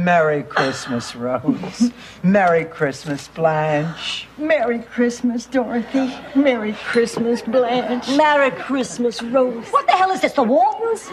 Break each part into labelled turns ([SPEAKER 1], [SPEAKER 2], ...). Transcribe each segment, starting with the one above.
[SPEAKER 1] Merry Christmas, Rose. Merry Christmas, Blanche.
[SPEAKER 2] Merry Christmas, Dorothy. Merry Christmas, Blanche.
[SPEAKER 3] Merry Christmas, Rose.
[SPEAKER 4] What the hell is this, the Waltons?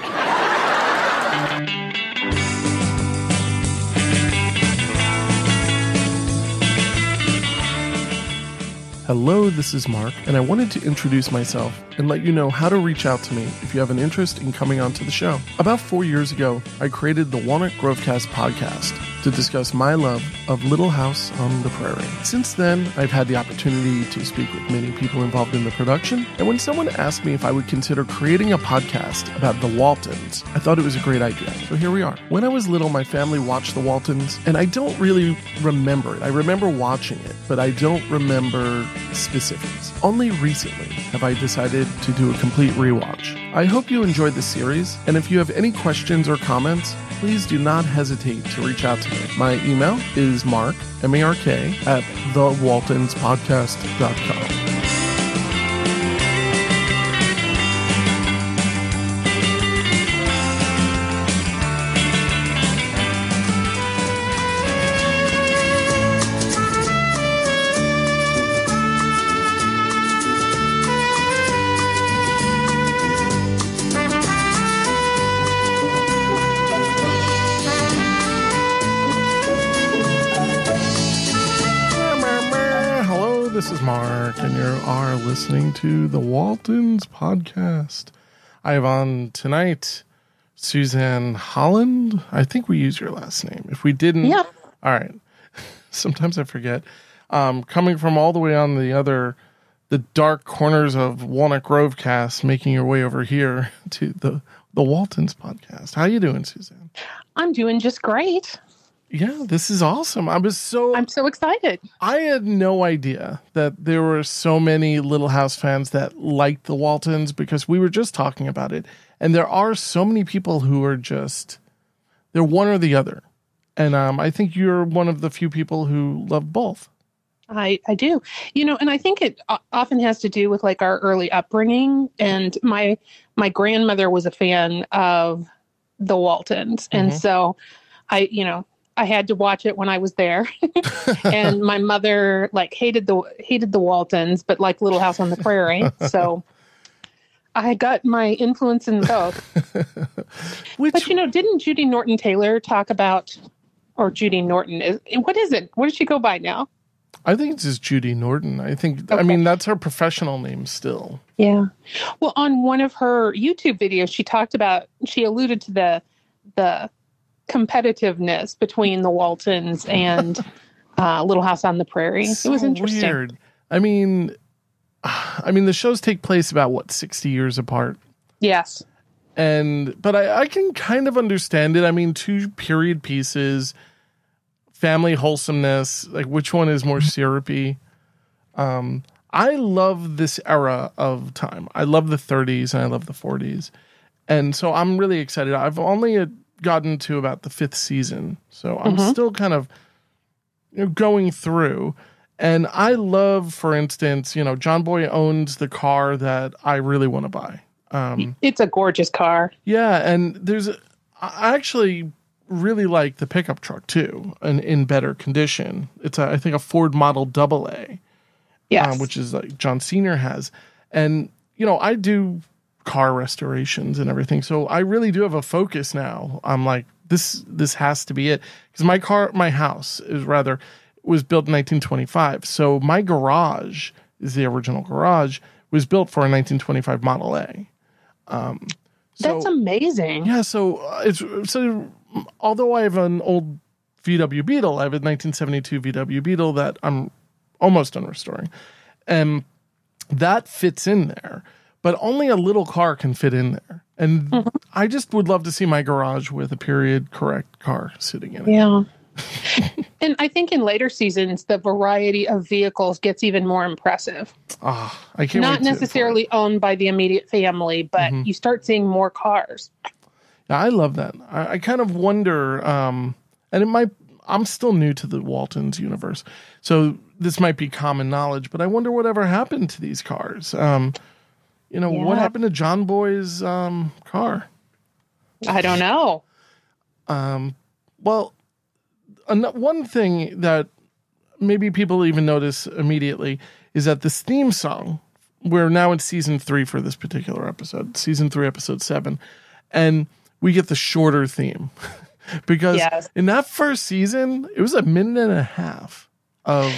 [SPEAKER 5] Hello, this is Mark, and I wanted to introduce myself and let you know how to reach out to me if you have an interest in coming onto the show. About four years ago, I created the Walnut Grovecast podcast to discuss my love of Little House on the Prairie. Since then, I've had the opportunity to speak with many people involved in the production, and when someone asked me if I would consider creating a podcast about the Waltons, I thought it was a great idea. So here we are. When I was little, my family watched the Waltons, and I don't really remember it. I remember watching it, but I don't remember specifics. Only recently have I decided to do a complete rewatch. I hope you enjoyed the series, and if you have any questions or comments, please do not hesitate to reach out to me. My email is mark, M-A-R-K, at thewaltonspodcast.com. Hello, this is Mark, and you are listening to the Waltons podcast. I have on tonight Suzanne Holland. I think we use your last name. If we didn't,
[SPEAKER 3] Yeah.
[SPEAKER 5] All right. Sometimes I forget. Um, coming from all the way on the other, the dark corners of Walnut Grove cast, making your way over here to the the Waltons podcast. How you doing, Suzanne?
[SPEAKER 3] I'm doing just great.
[SPEAKER 5] Yeah, this is awesome. I was so
[SPEAKER 3] I'm so excited.
[SPEAKER 5] I had no idea that there were so many Little House fans that liked the Waltons because we were just talking about it. And there are so many people who are just, they're one or the other. And um, I think you're one of the few people who love both.
[SPEAKER 3] I, I do. You know, and I think it o- often has to do with like our early upbringing and my my grandmother was a fan of the Waltons. And
[SPEAKER 5] Mhm.
[SPEAKER 3] so I, you know, I had to watch it when I was there. and my mother like hated the hated the Waltons, but like Little House on the Prairie. So I got my influence in both. But
[SPEAKER 5] Which,
[SPEAKER 3] you know, didn't Judy Norton Taylor talk about, or Judy Norton is what is it? What does she go by now?
[SPEAKER 5] I think it's just Judy Norton. I think, I
[SPEAKER 3] Okay.
[SPEAKER 5] mean, that's her professional name still.
[SPEAKER 3] Yeah. Well, on one of her YouTube videos, she talked about she alluded to the the competitiveness between the Waltons and uh, Little House on the Prairie.
[SPEAKER 5] So
[SPEAKER 3] it was interesting.
[SPEAKER 5] Weird. I mean, I mean, the shows take place about what, 60 years apart?
[SPEAKER 3] Yes.
[SPEAKER 5] and but I, I can kind of understand it. I mean, two period pieces, family wholesomeness. Like, which one is more syrupy? Um, I love this era of time. I love the 30s and I love the 40s, and so I'm really excited. I've only uh, gotten to about the fifth season, so I'm
[SPEAKER 6] Mm-hmm.
[SPEAKER 3] Mhm.
[SPEAKER 5] still kind of you know, going through. And I love, for instance, you know, John Boy owns the car that I really want to buy. Um,
[SPEAKER 3] It's a gorgeous car.
[SPEAKER 5] yeah, and there's a- I actually really like the pickup truck too, and in better condition. It's a, I think a Ford Model Double A, uh,
[SPEAKER 3] Yes.
[SPEAKER 5] which is like John Senior has, and you know I do car restorations and everything, so I really do have a focus now. I'm like this this has to be it because my car my house is rather was built in 1925, so my garage is the original garage was built for a 1925 Model A. Um,
[SPEAKER 3] That's
[SPEAKER 5] so-
[SPEAKER 3] amazing.
[SPEAKER 5] yeah, so uh, it's so. Although I have an old VW Beetle, I have a 1972 VW Beetle that I'm almost done restoring, and that fits in there. But only a little car can fit in there, and
[SPEAKER 3] Mm-hmm.
[SPEAKER 5] I just would love to see my garage with a period correct car sitting in it.
[SPEAKER 3] Yeah. and I think in later seasons, the variety of vehicles gets even more impressive.
[SPEAKER 5] Ah, I can't. wait
[SPEAKER 3] Not
[SPEAKER 5] to- for it. Mm-hmm.
[SPEAKER 3] necessarily owned by the immediate family, but you start seeing more cars.
[SPEAKER 5] Yeah, I love that. I, I kind of wonder, um, and it might. I'm still new to the Waltons universe, so this might be common knowledge. But I wonder whatever happened to these cars. Um, you know, what
[SPEAKER 3] Yeah.
[SPEAKER 5] happened to John Boy's um, car?
[SPEAKER 3] I don't know.
[SPEAKER 5] Um, well, an- one thing that maybe people even notice immediately is that this theme song, we're now in season three for this particular episode, season three, episode seven, and we get the shorter theme because
[SPEAKER 3] Yes.
[SPEAKER 5] in that first season, it was a minute and a half of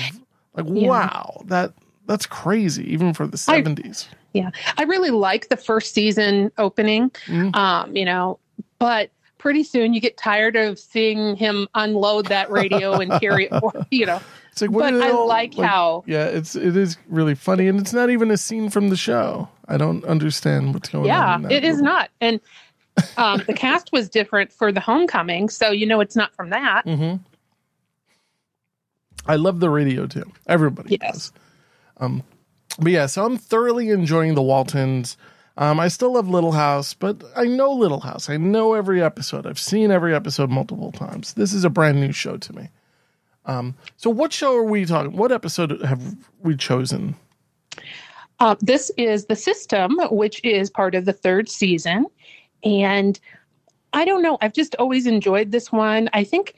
[SPEAKER 5] like, wow, that that's crazy, even for the 70s.
[SPEAKER 3] Yeah, I really like the first season opening.
[SPEAKER 5] Mhm.
[SPEAKER 3] Um, you know, but pretty soon you get tired of seeing him unload that radio and carry it. for- You know,
[SPEAKER 5] It's like,
[SPEAKER 3] but
[SPEAKER 5] do they
[SPEAKER 3] I
[SPEAKER 5] all-
[SPEAKER 3] like, how.
[SPEAKER 5] Yeah, it's it is really funny, and it's not even a scene from the show. I don't understand what's going on.
[SPEAKER 3] Yeah,
[SPEAKER 5] in that
[SPEAKER 3] it is
[SPEAKER 5] movie.
[SPEAKER 3] not, and um, the cast was different for the homecoming, so you know it's not from that.
[SPEAKER 5] Mhm. I love the radio too. Everybody
[SPEAKER 3] Yes.
[SPEAKER 5] does. Um, but yeah, so I'm thoroughly enjoying the Waltons. Um, I still love Little House, but I know Little House. I know every episode. I've seen every episode multiple times. This is a brand new show to me. Um, so what show are we talking? What episode have we chosen?
[SPEAKER 3] Uh, this is The System, which is part of the third season. And I don't know, I've just always enjoyed this one. I think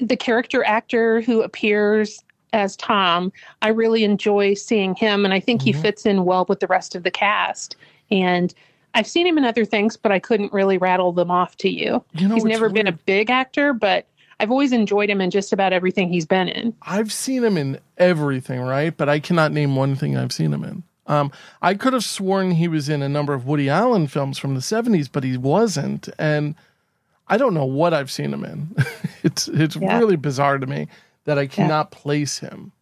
[SPEAKER 3] the character actor who appears as Tom, I really enjoy seeing him. And I think
[SPEAKER 5] Mhm.
[SPEAKER 3] he fits in well with the rest of the cast. And I've seen him in other things, but I couldn't really rattle them off to you.
[SPEAKER 5] You know,
[SPEAKER 3] he's
[SPEAKER 5] it's
[SPEAKER 3] never been
[SPEAKER 5] weird.
[SPEAKER 3] a big actor, but I've always enjoyed him in just about everything he's been in.
[SPEAKER 5] I've seen him in everything, right? But I cannot name one thing I've seen him in. Um, I could have sworn he was in a number of Woody Allen films from the seventies, but he wasn't, and I don't know what I've seen him in. it's it's
[SPEAKER 3] Yeah.
[SPEAKER 5] really bizarre to me that I cannot place him.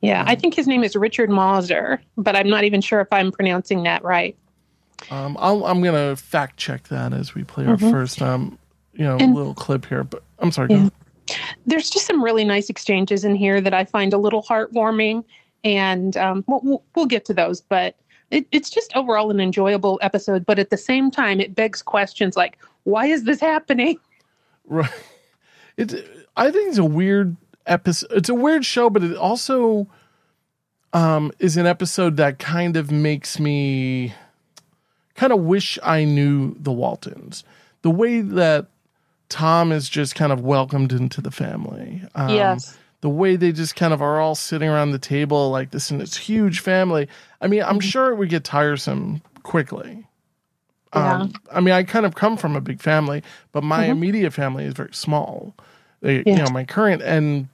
[SPEAKER 3] Yeah, I think his name is Richard Mauser, but I'm not even sure if I'm pronouncing that right.
[SPEAKER 5] Um, I'll, I'm gonna fact check that as we play our first, um, you know,
[SPEAKER 3] Mm-hmm. And-
[SPEAKER 5] little clip here. But I'm sorry. go
[SPEAKER 3] Yeah.
[SPEAKER 5] ahead.
[SPEAKER 3] There's just some really nice exchanges in here that I find a little heartwarming, and um, we'll, we'll, we'll get to those. But it, it's just overall an enjoyable episode. But at the same time, it begs questions like, why is this happening?
[SPEAKER 5] Right. It's I think it's a weird episode. It's a weird show, but it also um, is an episode that kind of makes me kind of wish I knew the Waltons. The way that Tom is just kind of welcomed into the family. Um, The way they just kind of are all sitting around the table like this in this huge family. I mean, I'm sure it would get tiresome quickly. Um, I mean, I kind of come from a big family, but my
[SPEAKER 3] Mhm.
[SPEAKER 5] immediate family is very small. They, You
[SPEAKER 3] Yeah.
[SPEAKER 5] know, my current and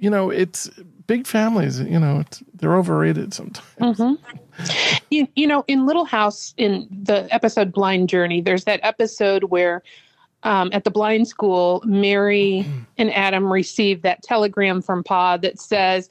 [SPEAKER 5] you know, it's big families. You know, it's they're overrated sometimes.
[SPEAKER 3] hmm You, you know, in Little House, in the episode Blind Journey, there's that episode where um, at the blind school, Mary
[SPEAKER 5] Mm-hmm.
[SPEAKER 3] and Adam receive that telegram from Pa that says,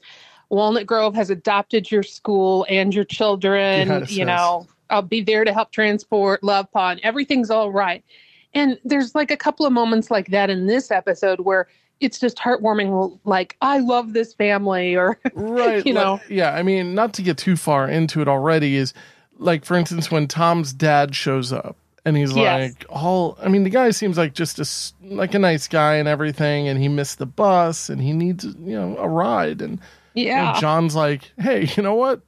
[SPEAKER 3] Walnut Grove has adopted your school and your children.
[SPEAKER 5] Yeah, it
[SPEAKER 3] you
[SPEAKER 5] says.
[SPEAKER 3] know, I'll be there to help transport, love Pa, and everything's all right. And there's like a couple of moments like that in this episode where it's just heartwarming, like, I love this family, or,
[SPEAKER 5] right
[SPEAKER 3] You
[SPEAKER 5] like-
[SPEAKER 3] know?
[SPEAKER 5] yeah i mean not to get too far into it already is like for instance when tom's dad shows up and he's
[SPEAKER 3] Yes.
[SPEAKER 5] like all i mean the guy seems like just a s- like a nice guy and everything and he missed the bus and he needs you know a ride and,
[SPEAKER 3] yeah.
[SPEAKER 5] and john's like hey you know what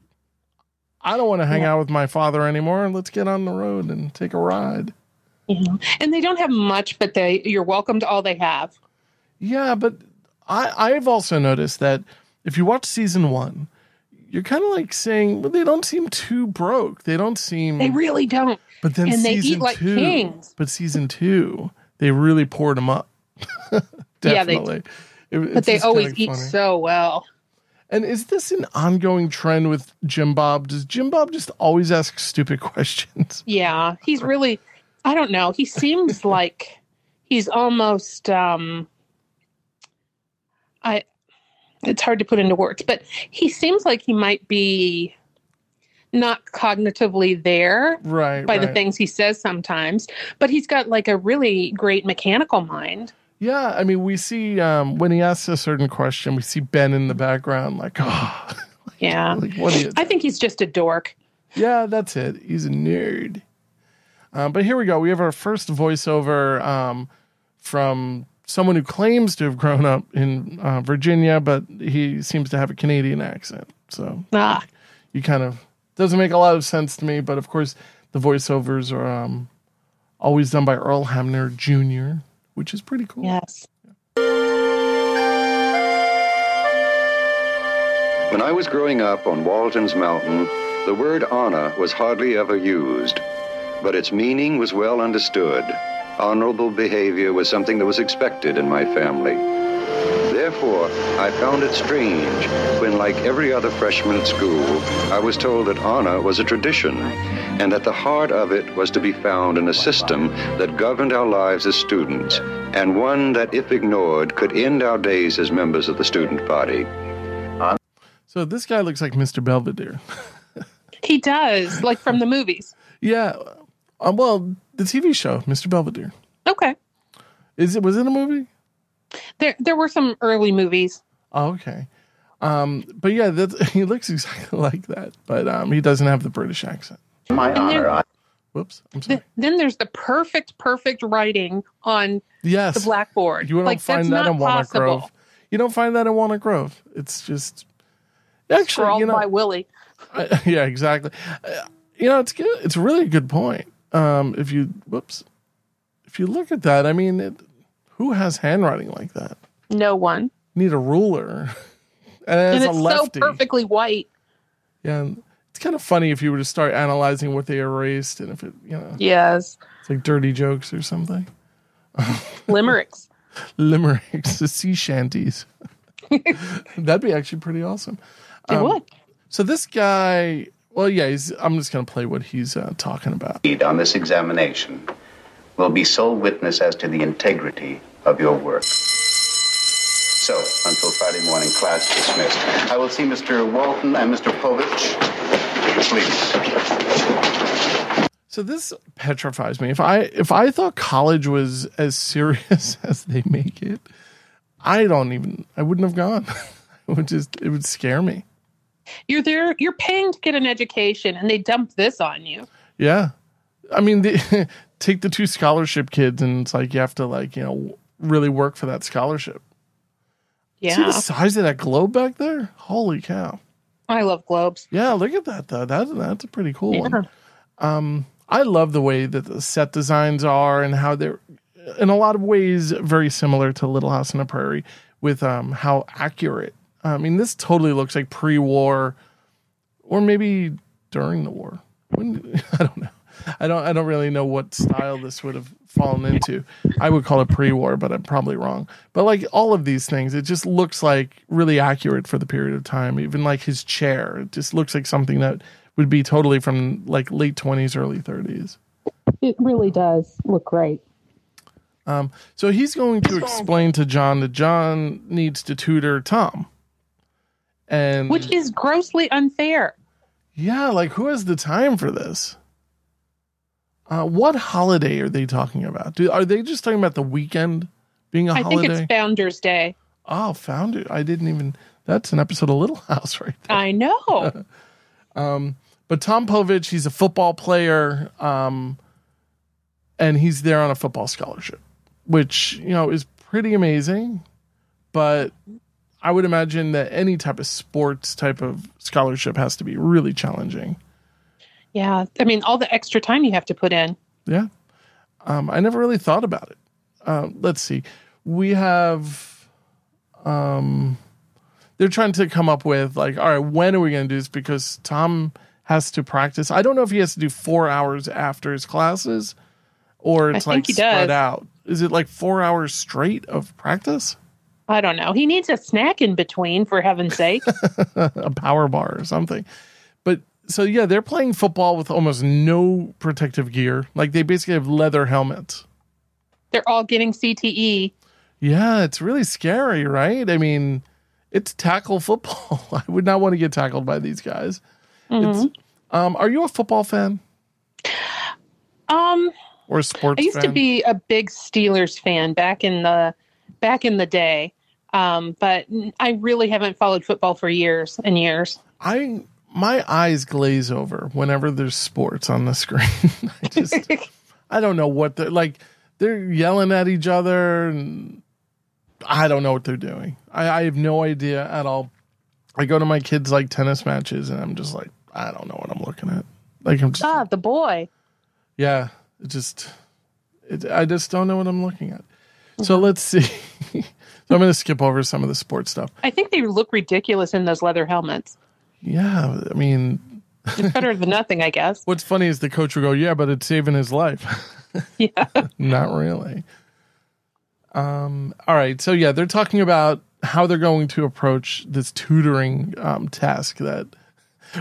[SPEAKER 5] i don't want to hang out with my father anymore let's get on the road and take a ride
[SPEAKER 3] Yeah. And they don't have much, but they you're welcome to all they have.
[SPEAKER 5] Yeah, but I I've also noticed that if you watch season one, you're kind of like saying, well, they don't seem too broke. They don't seem,
[SPEAKER 3] They really don't.
[SPEAKER 5] but then
[SPEAKER 3] and they eat
[SPEAKER 5] season
[SPEAKER 3] like
[SPEAKER 5] two,
[SPEAKER 3] kings.
[SPEAKER 5] but season two, they really poured them up.
[SPEAKER 3] Yeah, they-
[SPEAKER 5] Definitely. It-
[SPEAKER 3] But
[SPEAKER 5] it's
[SPEAKER 3] they
[SPEAKER 5] just
[SPEAKER 3] always
[SPEAKER 5] kinda
[SPEAKER 3] eat
[SPEAKER 5] funny.
[SPEAKER 3] so well.
[SPEAKER 5] and is this an ongoing trend with Jim Bob? Does Jim Bob just always ask stupid questions?
[SPEAKER 3] Yeah. He's really I don't know. He seems like he's almost um I it's hard to put into words, but he seems like he might be not cognitively there
[SPEAKER 5] Right.
[SPEAKER 3] by the
[SPEAKER 5] right.
[SPEAKER 3] things he says sometimes, but he's got like a really great mechanical mind.
[SPEAKER 5] Yeah, I mean, we see um, when he asks a certain question, we see Ben in the background, like, oh,
[SPEAKER 3] Yeah.
[SPEAKER 5] like what is?
[SPEAKER 3] I think he's just a dork.
[SPEAKER 5] Yeah, that's it. He's a nerd. Uh, but here we go. We have our first voiceover um, from someone who claims to have grown up in uh, Virginia, but he seems to have a Canadian accent. So
[SPEAKER 3] Ah.
[SPEAKER 5] you kind of doesn't make a lot of sense to me. But of course, the voiceovers are um, always done by Earl Hamner Jr., which is pretty cool.
[SPEAKER 3] Yes.
[SPEAKER 4] When I was growing up on Walton's Mountain, the word honor was hardly ever used, but its meaning was well understood. Honorable behavior was something that was expected in my family. Therefore, I found it strange when, like every other freshman at school, I was told that honor was a tradition and that the heart of it was to be found in a system that governed our lives as students and one that, if ignored, could end our days as members of the student body.
[SPEAKER 5] So this guy looks like Mr. Belvedere.
[SPEAKER 3] He does, like from the movies.
[SPEAKER 5] yeah. Uh, well, the TV show, Mr. Belvedere.
[SPEAKER 3] Okay.
[SPEAKER 5] Is it was it a movie?
[SPEAKER 3] There there were some early movies.
[SPEAKER 5] Oh, okay. Um, but yeah, that's, he looks exactly like that, but um, he doesn't have the British accent.
[SPEAKER 7] My honor, I,
[SPEAKER 5] Whoops, I'm sorry.
[SPEAKER 3] Th- then there's the perfect, perfect writing on
[SPEAKER 5] Yes,
[SPEAKER 3] the blackboard.
[SPEAKER 5] you don't
[SPEAKER 3] like,
[SPEAKER 5] find
[SPEAKER 3] that's
[SPEAKER 5] that
[SPEAKER 3] not
[SPEAKER 5] in Walnut
[SPEAKER 3] possible.
[SPEAKER 5] Grove. You don't find that in Walnut Grove. It's just actually,
[SPEAKER 3] Scrawled
[SPEAKER 5] you know,
[SPEAKER 3] by Willie.
[SPEAKER 5] I- yeah, exactly. Uh, you know, it's good. It's really a good point. Um, if you whoops, if you look at that, I mean, it, who has handwriting like that?
[SPEAKER 3] No one.
[SPEAKER 5] Need a ruler, and
[SPEAKER 3] and
[SPEAKER 5] it's,
[SPEAKER 3] it's
[SPEAKER 5] a lefty.
[SPEAKER 3] so perfectly white.
[SPEAKER 5] Yeah, and it's kind of funny if you were to start analyzing what they erased and if it, you know,
[SPEAKER 3] Yes.
[SPEAKER 5] it's like dirty jokes or something.
[SPEAKER 3] Limericks.
[SPEAKER 5] Limericks, the sea shanties. That'd be actually pretty awesome. Um,
[SPEAKER 3] They would.
[SPEAKER 5] So this guy, well, yeah, he's, I'm just gonna play what he's uh, talking about.
[SPEAKER 7] read on this examination will be sole witness as to the integrity of your work. So, until Friday morning, class dismissed. I will see Mr. Walton and Mr. Povich. Please.
[SPEAKER 5] So this petrifies me. If I if I thought college was as serious as they make it, I don't even. I wouldn't have gone. it would just. It would scare me.
[SPEAKER 3] You're there you're paying to get an education and they dump this on you.
[SPEAKER 5] Yeah. I mean, the, take the two scholarship kids, and it's like you have to, like, you know, really work for that scholarship. See
[SPEAKER 3] Yeah.
[SPEAKER 5] the size of that globe back there? Holy cow.
[SPEAKER 3] I love globes.
[SPEAKER 5] Yeah, look at that, though. That, that's a pretty cool
[SPEAKER 3] Yeah.
[SPEAKER 5] one. Um, I love the way that the set designs are and how they're, in a lot of ways, very similar to Little House on the Prairie with um, how accurate. I mean, this totally looks like pre war or maybe during the war. When, I don't know. I don't. I don't really know what style this would have fallen into. I would call it pre-war, but I'm probably wrong. But like all of these things, it just looks like really accurate for the period of time. Even like his chair, it just looks like something that would be totally from like late 20s, early 30s.
[SPEAKER 3] It really does look great.
[SPEAKER 5] Um, So he's going to explain to John that John needs to tutor Tom. And
[SPEAKER 3] Which is grossly unfair.
[SPEAKER 5] yeah, like who has the time for this? Uh, what holiday are they talking about? Do, are they just talking about the weekend being a
[SPEAKER 3] I
[SPEAKER 5] holiday?
[SPEAKER 3] think it's Founders Day.
[SPEAKER 5] oh, found it. I didn't even. That's an episode of Little House right there. Um,
[SPEAKER 3] I know. Oh.
[SPEAKER 5] But Tom Povich, he's a football player, um, and he's there on a football scholarship, which you know is pretty amazing. But I would imagine that any type of sports type of scholarship has to be really challenging.
[SPEAKER 3] Yeah, I mean, all the extra time you have to put in.
[SPEAKER 5] Yeah, um, I never really thought about it. Um, let's see, we have. Um, they're trying to come up with like, all right, when are we going to do this? Because Tom has to practice. I don't know if he has to do four hours after his classes, or it's
[SPEAKER 3] think
[SPEAKER 5] like
[SPEAKER 3] he
[SPEAKER 5] spread
[SPEAKER 3] does.
[SPEAKER 5] out. Is it like four hours straight of practice?
[SPEAKER 3] I don't know. He needs a snack in between, for heaven's sake.
[SPEAKER 5] a power bar or something. But so yeah, they're playing football with almost no protective gear. Like they basically have leather helmets.
[SPEAKER 3] They're all getting E. CTE.
[SPEAKER 5] Yeah, it's really scary, right? I mean, it's tackle football. I would not want to get tackled by these guys.
[SPEAKER 3] Mm-hmm.
[SPEAKER 5] It's, um, are you a football fan
[SPEAKER 3] Um,
[SPEAKER 5] or a sports?
[SPEAKER 3] I used to
[SPEAKER 5] fan?
[SPEAKER 3] be a big Steelers fan back in the back in the day, um, but I really haven't followed football for years and years.
[SPEAKER 5] I my eyes glaze over whenever there's sports on the screen. I just I don't know what they're like. They're yelling at each other, and I don't know what they're doing. I, I have no idea at all. I go to my kids like tennis matches, and I'm just like, I don't know what I'm looking at. Like I'm just
[SPEAKER 3] Ah, the boy.
[SPEAKER 5] yeah, it just, it, I just don't know what I'm looking at. So let's see. so I'm going to skip over some of the sports stuff.
[SPEAKER 3] I think they look ridiculous in those leather helmets.
[SPEAKER 5] Yeah, I mean,
[SPEAKER 3] It's better than nothing, I guess.
[SPEAKER 5] what's funny is the coach will go, "Yeah, but it's saving his life."
[SPEAKER 3] Yeah.
[SPEAKER 5] Not really. Um, all right. So yeah, they're talking about how they're going to approach this tutoring um, task. That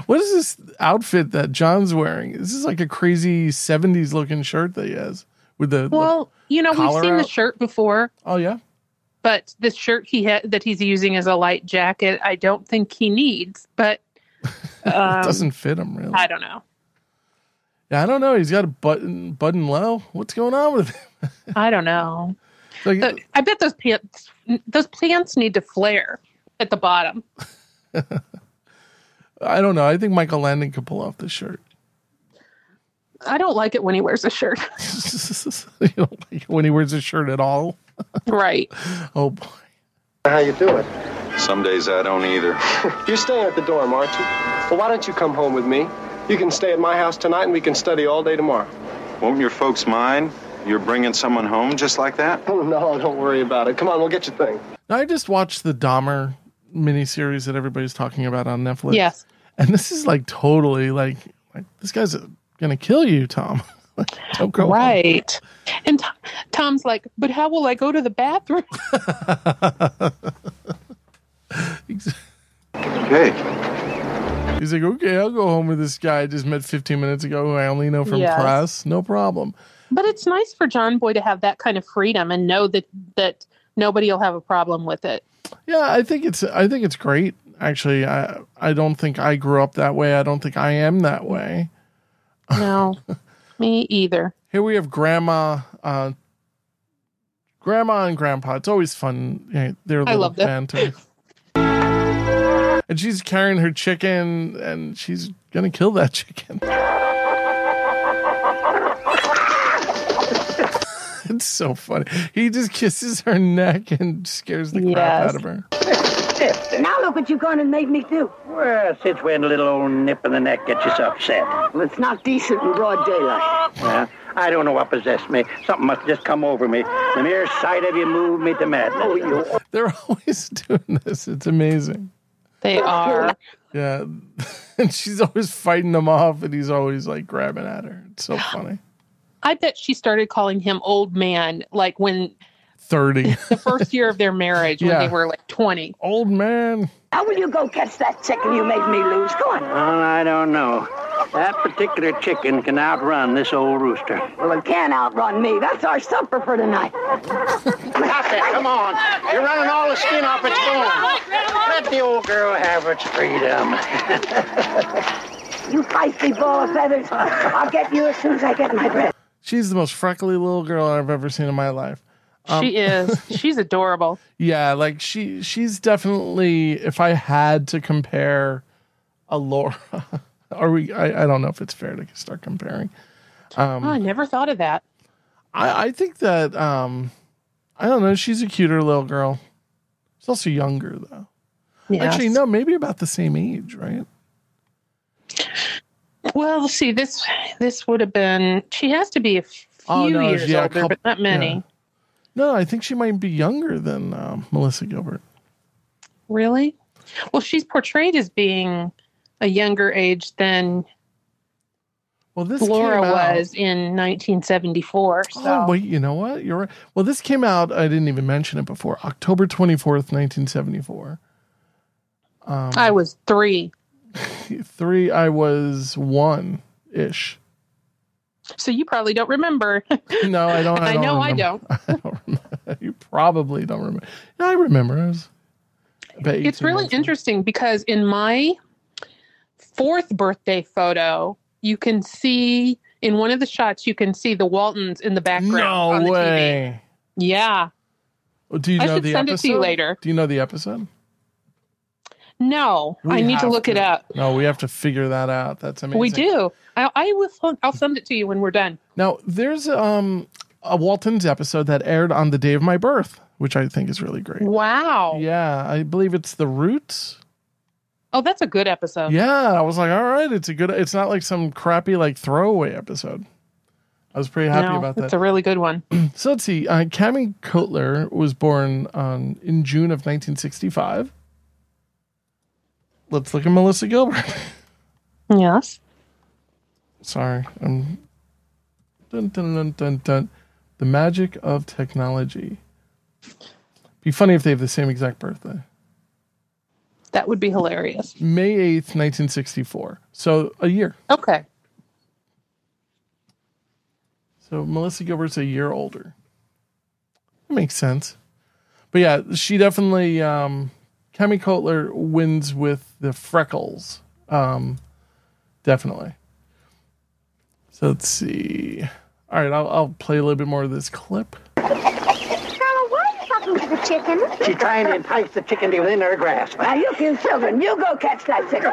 [SPEAKER 5] what is this outfit that John's wearing? Is this like a crazy '70s looking shirt that he has with the?
[SPEAKER 3] Well, you know, we've
[SPEAKER 5] Collar
[SPEAKER 3] seen the
[SPEAKER 5] out.
[SPEAKER 3] shirt before,
[SPEAKER 5] oh yeah.
[SPEAKER 3] but this shirt he ha- that he's using as a light jacket, I don't think he needs. But
[SPEAKER 5] It
[SPEAKER 3] um,
[SPEAKER 5] doesn't fit him really.
[SPEAKER 3] I don't know.
[SPEAKER 5] Yeah, I don't know. He's got a button button low. What's going on with him?
[SPEAKER 3] I don't know.
[SPEAKER 5] Like,
[SPEAKER 3] But I bet those pants those pants need to flare at the bottom.
[SPEAKER 5] I don't know. I think Michael Landon could pull off this shirt.
[SPEAKER 3] I don't like it when he wears a shirt.
[SPEAKER 5] you know, like when he wears a shirt at all.
[SPEAKER 3] right.
[SPEAKER 5] Oh boy.
[SPEAKER 8] How you doing?
[SPEAKER 4] Some days I don't either.
[SPEAKER 8] You're staying at the dorm, aren't you? Well, why don't you come home with me? You can stay at my house tonight and we can study all day tomorrow.
[SPEAKER 4] Won't your folks mind? You're bringing someone home just like that?
[SPEAKER 8] Oh, no, don't worry about it. Come on, we'll get your thing.
[SPEAKER 5] Now, I just watched the Dahmer miniseries that everybody's talking about on Netflix.
[SPEAKER 3] Yes.
[SPEAKER 5] And this is like totally like, like this guy's going to kill you, Tom. Like, Don't go. home.
[SPEAKER 3] Right. And Tom, Tom's like, but how will I go to the bathroom?
[SPEAKER 4] Okay.
[SPEAKER 5] He's like, okay, I'll go home with this guy I just met 15 minutes ago who I only know from
[SPEAKER 3] Yes.
[SPEAKER 5] class. No problem.
[SPEAKER 3] But it's nice for John Boy to have that kind of freedom and know that that nobody will have a problem with it.
[SPEAKER 5] Yeah, I think it's I think it's great. Actually, I I don't think I grew up that way. I don't think I am that way.
[SPEAKER 3] No, me either.
[SPEAKER 5] Here we have grandma, uh, grandma and grandpa. It's always fun. You know, their little
[SPEAKER 3] love them.
[SPEAKER 5] banter. and she's carrying her chicken, and she's gonna kill that chicken. it's so funny. He just kisses her neck and scares the crap
[SPEAKER 3] Yes.
[SPEAKER 5] out of her.
[SPEAKER 2] Now look what you're going to make me do.
[SPEAKER 9] Well, since when a little old nip in the neck gets us upset?
[SPEAKER 2] Well, it's not decent in broad daylight.
[SPEAKER 9] Well, I don't know what possessed me. Something must just come over me. The mere sight of you moved me to madness. Oh, you
[SPEAKER 5] They're always doing this. It's amazing.
[SPEAKER 3] They are.
[SPEAKER 5] Yeah. And she's always fighting him off and he's always like grabbing at her. It's so funny.
[SPEAKER 3] I bet she started calling him old man like when
[SPEAKER 5] 30.
[SPEAKER 3] the first year of their marriage when
[SPEAKER 5] Yeah.
[SPEAKER 3] they were like 20.
[SPEAKER 5] Old man.
[SPEAKER 2] How will you go catch that chicken you made me lose? Go on.
[SPEAKER 9] Well, I don't know. That particular chicken can outrun this old rooster.
[SPEAKER 2] Well, it can't outrun me. That's our supper for tonight.
[SPEAKER 9] Stop it. Come on. You're running all the skin off its bone. Let the old girl have its freedom.
[SPEAKER 2] You feisty ball of feathers. I'll get you as soon as I get my breath.
[SPEAKER 5] She's the most freckly little girl I've ever seen in my life. Um,
[SPEAKER 3] she is. She's adorable.
[SPEAKER 5] Yeah, like she she's definitely if I had to compare a Laura are we I, I don't know if it's fair to start comparing. Um,
[SPEAKER 3] Oh, I never thought of that.
[SPEAKER 5] I, I think that um I don't know, she's a cuter little girl. She's also younger though.
[SPEAKER 3] Yes.
[SPEAKER 5] Actually, no, maybe about the same age, right?
[SPEAKER 3] Well, see this this would have been she has to be a few
[SPEAKER 5] Oh, no,
[SPEAKER 3] years
[SPEAKER 5] yeah, a
[SPEAKER 3] older,
[SPEAKER 5] couple-
[SPEAKER 3] but not many.
[SPEAKER 5] yeah. No, I think she might be younger than um, Melissa Gilbert.
[SPEAKER 3] Really? Well, she's portrayed as being a younger age than
[SPEAKER 5] Well, this
[SPEAKER 3] Laura
[SPEAKER 5] came out-
[SPEAKER 3] was in 1974. So
[SPEAKER 5] Oh wait, you know what? You're right. Well, this came out. I didn't even mention it before. October twenty fourth, nineteen seventy four.
[SPEAKER 3] I was three.
[SPEAKER 5] Three. I was one ish.
[SPEAKER 3] So you probably don't remember.
[SPEAKER 5] No, I don't. I,
[SPEAKER 3] I
[SPEAKER 5] don't
[SPEAKER 3] know I
[SPEAKER 5] remember.
[SPEAKER 3] don't.
[SPEAKER 5] I don't remember. You probably don't remember. Yeah, I remember. I was about 18
[SPEAKER 3] it's really
[SPEAKER 5] months old.
[SPEAKER 3] interesting because in my fourth birthday photo, you can see in one of the shots, you can see the Waltons in the background. on
[SPEAKER 5] No
[SPEAKER 3] the TV.
[SPEAKER 5] way.
[SPEAKER 3] Yeah.
[SPEAKER 5] Well, Do you
[SPEAKER 3] I
[SPEAKER 5] know
[SPEAKER 3] should
[SPEAKER 5] the
[SPEAKER 3] send it
[SPEAKER 5] episode?
[SPEAKER 3] to you later.
[SPEAKER 5] Do you know the episode?
[SPEAKER 3] No, I
[SPEAKER 5] We
[SPEAKER 3] need to
[SPEAKER 5] have
[SPEAKER 3] look it up.
[SPEAKER 5] No, we have to figure that out. That's amazing.
[SPEAKER 3] We do. I, I will. I'll send it to you when we're done.
[SPEAKER 5] Now, there's um a Walton's episode that aired on the day of my birth, which I think is really great.
[SPEAKER 3] Wow.
[SPEAKER 5] Yeah, I believe it's The Roots.
[SPEAKER 3] Oh, that's a good episode.
[SPEAKER 5] Yeah, I was like, all right, it's a good. It's not like some crappy like throwaway episode. I was pretty happy
[SPEAKER 3] no,
[SPEAKER 5] about
[SPEAKER 3] It's
[SPEAKER 5] that.
[SPEAKER 3] a really good one.
[SPEAKER 5] so let's see. Uh, Cami Kotler was born on, in June of 1965. Let's look at Melissa Gilbert.
[SPEAKER 3] yes.
[SPEAKER 5] Sorry, I'm. Dun, dun, dun, dun, dun. The magic of technology. Be funny if they have the same exact birthday.
[SPEAKER 3] That would be hilarious.
[SPEAKER 5] May 8th, 1964. So a year.
[SPEAKER 3] Okay.
[SPEAKER 5] So Melissa Gilbert's a year older. That makes sense. But yeah, she definitely um Kemi Kotler wins with the freckles. Um definitely. So let's see. All right, I'll, I'll play a little bit more of this clip.
[SPEAKER 10] Carla, why are you talking to the chicken?
[SPEAKER 9] She's trying to entice the chicken to within her grasp.
[SPEAKER 2] Now, you few children, you go catch that chicken.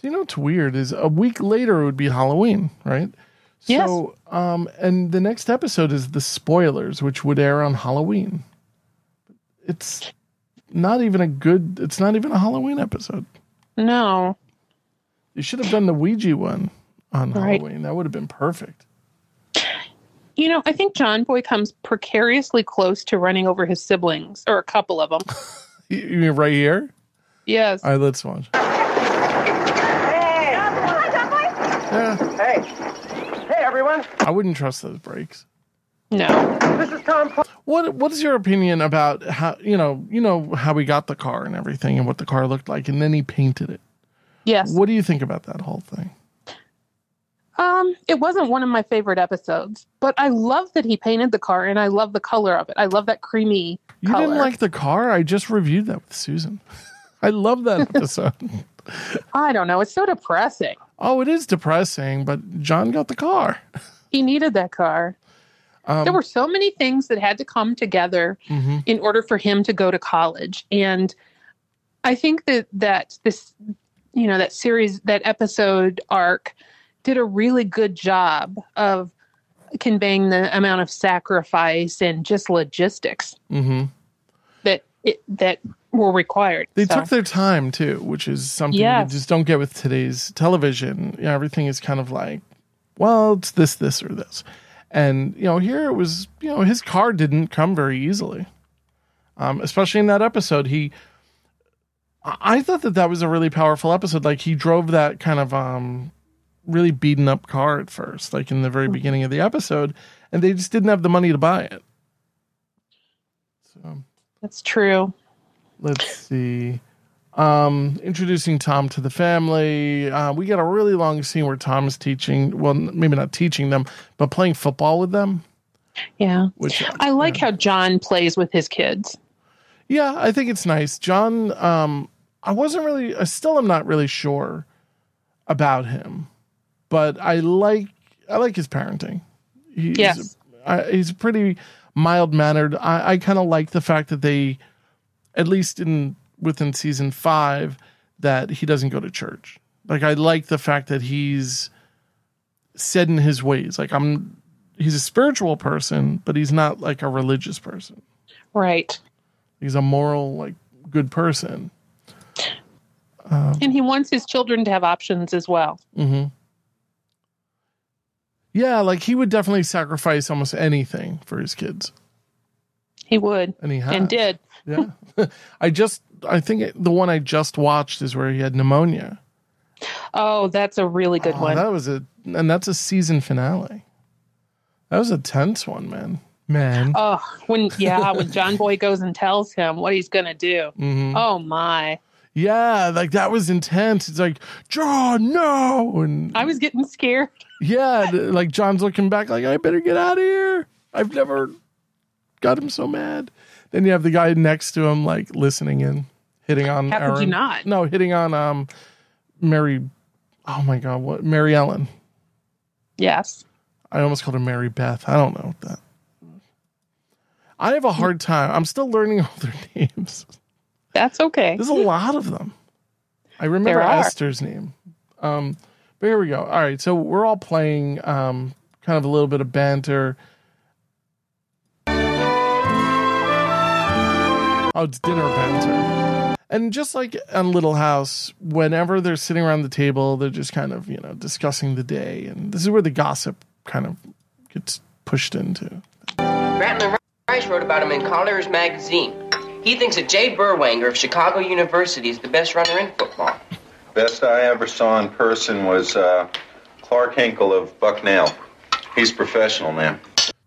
[SPEAKER 5] So you know what's weird is a week later it would be Halloween, right?
[SPEAKER 3] Yes.
[SPEAKER 5] So um and the next episode is the spoilers, which would air on Halloween. It's not even a good it's not even a Halloween episode.
[SPEAKER 3] No.
[SPEAKER 5] You should have done the Ouija one on
[SPEAKER 3] Right.
[SPEAKER 5] Halloween. That would have been perfect.
[SPEAKER 3] You know, I think John Boy comes precariously close to running over his siblings or a couple of them.
[SPEAKER 5] You you mean right here?
[SPEAKER 3] Yes.
[SPEAKER 5] All right, let's watch. Yeah,
[SPEAKER 9] Hey, hey everyone,
[SPEAKER 5] I wouldn't trust those breaks.
[SPEAKER 3] no.
[SPEAKER 9] this is Tom Parker.
[SPEAKER 5] What What is your opinion about how you know you know how he got the car and everything and what the car looked like and then he painted it?
[SPEAKER 3] Yes.
[SPEAKER 5] What do you think about that whole thing?
[SPEAKER 3] Um, it wasn't one of my favorite episodes, but I love that he painted the car and I love the color of it. I love that creamy
[SPEAKER 5] You
[SPEAKER 3] color.
[SPEAKER 5] didn't like the car? I just reviewed that with Susan. I love that episode.
[SPEAKER 3] I don't know. It's so depressing.
[SPEAKER 5] oh, it is depressing, but John got the car.
[SPEAKER 3] He needed that car.
[SPEAKER 5] Um,
[SPEAKER 3] there were so many things that had to come together
[SPEAKER 5] Mhm.
[SPEAKER 3] in order for him to go to college. And I think that that this you know that series that episode arc did a really good job of conveying the amount of sacrifice and just logistics
[SPEAKER 5] Mm-hmm.
[SPEAKER 3] that it, that were required.
[SPEAKER 5] They
[SPEAKER 3] So,
[SPEAKER 5] took their time too, which is something
[SPEAKER 3] Yes.
[SPEAKER 5] you just don't get with today's television. You know, everything is kind of like, well, it's this, this, or this. And, you know, here it was, you know, his car didn't come very easily. Um, especially in that episode, he, I I thought that that was a really powerful episode. Like he drove that kind of, um, really beaten up car at first, like in the
[SPEAKER 3] Mm-hmm.
[SPEAKER 5] very beginning of the episode, and they just didn't have the money to buy it. So
[SPEAKER 3] that's true.
[SPEAKER 5] let's see um introducing tom to the family uh, we got a really long scene where tom is teaching well n- maybe not teaching them but playing football with them
[SPEAKER 3] Yeah.
[SPEAKER 5] which
[SPEAKER 3] I like how John plays with his kids.
[SPEAKER 5] yeah i think it's nice john um i wasn't really i still am not really sure about him but i like i like his parenting he's,
[SPEAKER 3] Yes.
[SPEAKER 5] I, he's pretty mild mannered i, I kind of like the fact that they at least in within season five that he doesn't go to church like i like the fact that he's set in his ways like i'm he's a spiritual person but he's not like a religious person
[SPEAKER 3] Right.
[SPEAKER 5] he's a moral like good person
[SPEAKER 3] And he wants his children to have options as well.
[SPEAKER 5] mm-hmm. yeah like he would definitely sacrifice almost anything for his kids
[SPEAKER 3] He would
[SPEAKER 5] and he has.
[SPEAKER 3] and did.
[SPEAKER 5] yeah i just i think it- the one i just watched is where he had pneumonia
[SPEAKER 3] Oh, that's a really good
[SPEAKER 5] Oh,
[SPEAKER 3] one.
[SPEAKER 5] that was a and that's a season finale that was a tense one man man
[SPEAKER 3] Oh, when yeah, when John Boy goes and tells him what he's gonna do.
[SPEAKER 5] Mhm.
[SPEAKER 3] Oh my!
[SPEAKER 5] yeah like that was intense it's like john no and
[SPEAKER 3] I was getting scared.
[SPEAKER 5] Yeah, th- like John's looking back, like I better get out of here. I've never got him so mad. Then you have the guy next to him, like listening in, hitting on.
[SPEAKER 3] How could you
[SPEAKER 5] Aaron-
[SPEAKER 3] not?
[SPEAKER 5] No, hitting on um, Mary. Oh my God, what Mary Ellen?
[SPEAKER 3] Yes,
[SPEAKER 5] I almost called her Mary Beth. I don't know what that. I have a hard time. I'm still learning all their names.
[SPEAKER 3] that's okay.
[SPEAKER 5] There's a lot of them. I remember
[SPEAKER 3] There are.
[SPEAKER 5] Esther's name. Um, but here we go. All right, so we're all playing um, kind of a little bit of banter. Oh, it's dinner banter. And just like on Little House, whenever they're sitting around the table, they're just kind of, you know, discussing the day. And this is where the gossip kind of gets pushed into.
[SPEAKER 11] Grantland Rice wrote about him in Collier's magazine. He thinks that Jay Burwanger of Chicago University is the best runner in football.
[SPEAKER 12] Best I ever saw in person was uh, Clark Hinkle of Bucknell. He's professional now.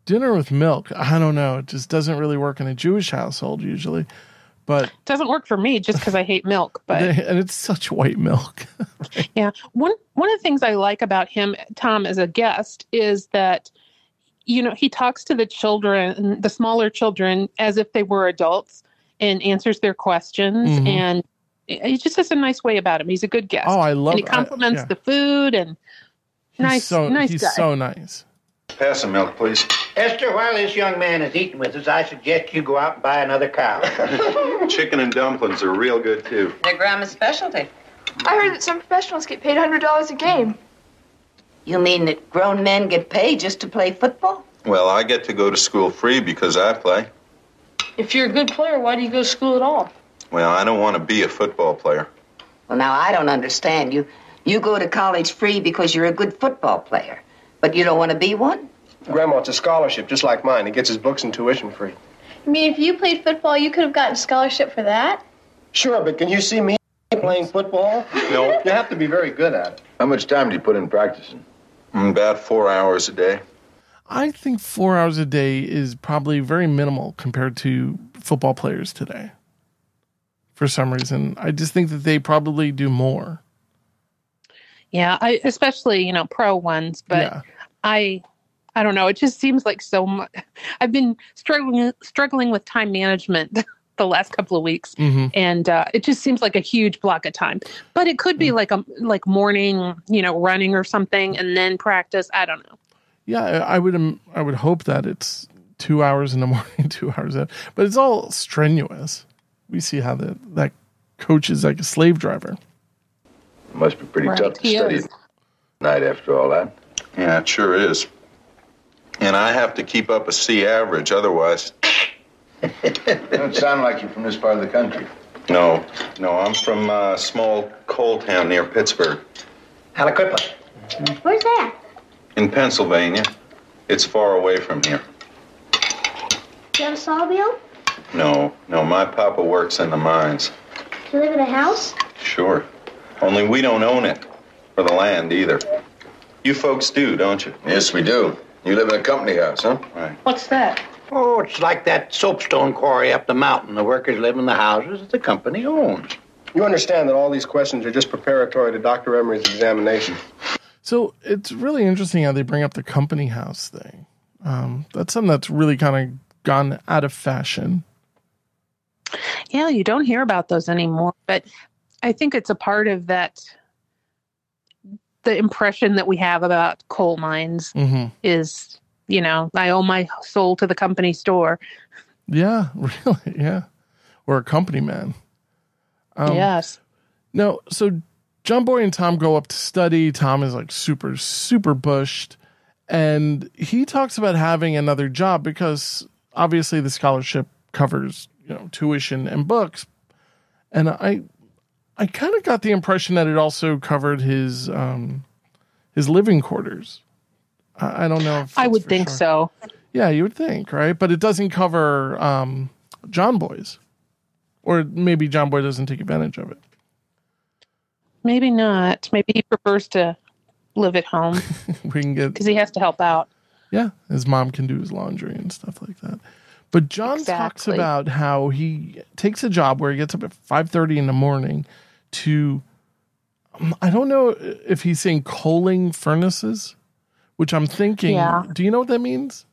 [SPEAKER 5] Dinner with milk, I don't know. It just doesn't really work in a Jewish household usually. But
[SPEAKER 3] doesn't work for me just because I hate milk. But
[SPEAKER 5] and it's such white milk.
[SPEAKER 3] yeah, one one of the things I like about him, Tom, as a guest, is that you know he talks to the children, the smaller children, as if they were adults, and answers their questions.
[SPEAKER 5] Mhm.
[SPEAKER 3] And he just has a nice way about him. He's a good guest.
[SPEAKER 5] Oh, I love-
[SPEAKER 3] And he
[SPEAKER 5] I-
[SPEAKER 3] compliments
[SPEAKER 5] yeah.
[SPEAKER 3] the food and
[SPEAKER 5] He's
[SPEAKER 3] nice,
[SPEAKER 5] so
[SPEAKER 3] nice
[SPEAKER 5] he's
[SPEAKER 3] guy.
[SPEAKER 5] so nice.
[SPEAKER 12] Pass the milk, please.
[SPEAKER 9] Esther, while this young man is eating with us, I suggest you go out and buy another cow.
[SPEAKER 12] Chicken and dumplings are real good, too.
[SPEAKER 13] Their grandma's specialty.
[SPEAKER 14] I heard that some professionals get paid $100 a game.
[SPEAKER 13] You mean that grown men get paid just to play football?
[SPEAKER 12] Well, I get to go to school free because I play.
[SPEAKER 13] If you're a good player, why do you go to school at all?
[SPEAKER 12] Well, I don't want to be a football player.
[SPEAKER 13] Well, now I don't understand you. You go to college free because you're a good football player, but you don't want to be one.
[SPEAKER 8] Grandma, it's a scholarship just like mine. He gets his books and tuition free.
[SPEAKER 14] I mean, if you played football, you could have gotten a scholarship for that.
[SPEAKER 8] Sure, but can you see me playing football? No. You have to be very good at it.
[SPEAKER 12] How much time do you put in practicing?
[SPEAKER 15] Mm,
[SPEAKER 12] About four hours a day.
[SPEAKER 5] I think four hours a day is probably very minimal compared to football players today. For some reason, I just think that they probably do more.
[SPEAKER 3] Yeah, I especially you know pro ones, but
[SPEAKER 5] Yeah.
[SPEAKER 3] I I don't know. It just seems like so much. I've been struggling struggling with time management the last couple of weeks,
[SPEAKER 5] Mhm.
[SPEAKER 3] and uh, it just seems like a huge block of time. But it could be like a like morning, you know, running or something, and then practice. I don't know.
[SPEAKER 5] Yeah, I I would im- I would hope that it's two hours in the morning, two hours out, but it's all strenuous. We see how that that coach is like a slave driver.
[SPEAKER 15] Must be pretty
[SPEAKER 3] Right,
[SPEAKER 15] tough to
[SPEAKER 3] he
[SPEAKER 15] study
[SPEAKER 3] is.
[SPEAKER 15] at night after all that.
[SPEAKER 12] Yeah, it sure is. And I have to keep up a C average, otherwise.
[SPEAKER 15] Don't sound like you're from this part of the country.
[SPEAKER 12] No, no, I'm from a small coal town near Pittsburgh
[SPEAKER 9] Aliquippa.
[SPEAKER 10] Where's that?
[SPEAKER 12] in Pennsylvania. It's far away from here.
[SPEAKER 10] You have a sawmill?
[SPEAKER 12] No, no, my papa works in the mines.
[SPEAKER 10] Do you live in a house?
[SPEAKER 12] Sure. Only we don't own it, or the land either. You folks do, don't you?
[SPEAKER 15] Yes, we do. You live in a company house, huh?
[SPEAKER 12] Right.
[SPEAKER 9] What's that? Oh, it's like that soapstone quarry up the mountain. The workers live in the houses that the company owns.
[SPEAKER 8] You understand that all these questions are just preparatory to Dr. Emery's examination.
[SPEAKER 5] So it's really interesting how they bring up the company house thing. Um, that's something that's really kind of gone out of fashion.
[SPEAKER 3] Yeah, you don't hear about those anymore. But I think it's a part of that the impression that we have about coal mines
[SPEAKER 5] Mm-hmm.
[SPEAKER 3] is, you know, I owe my soul to the company store.
[SPEAKER 5] Yeah, really. Yeah. Or a company man. Um,
[SPEAKER 3] Yes.
[SPEAKER 5] No, so John Boy and Tom go up to study. Tom is like super, super bushed. And he talks about having another job because obviously the scholarship covers, you know, tuition and books. And I I kind of got the impression that it also covered his um his living quarters. I, I don't know if
[SPEAKER 3] I would think so.
[SPEAKER 5] Yeah, you would think, right? But it doesn't cover um, John Boy's, or maybe John Boy doesn't take advantage of it.
[SPEAKER 3] Maybe not. Maybe he prefers to live at home
[SPEAKER 5] We can get
[SPEAKER 3] because he has to help out.
[SPEAKER 5] yeah, his mom can do his laundry and stuff like that. But John talks
[SPEAKER 3] Exactly.
[SPEAKER 5] about how he takes a job where he gets up at five thirty in the morning to. um, I don't know if he's saying coaling furnaces, which I'm thinking.
[SPEAKER 3] Yeah.
[SPEAKER 5] Do you know what that means?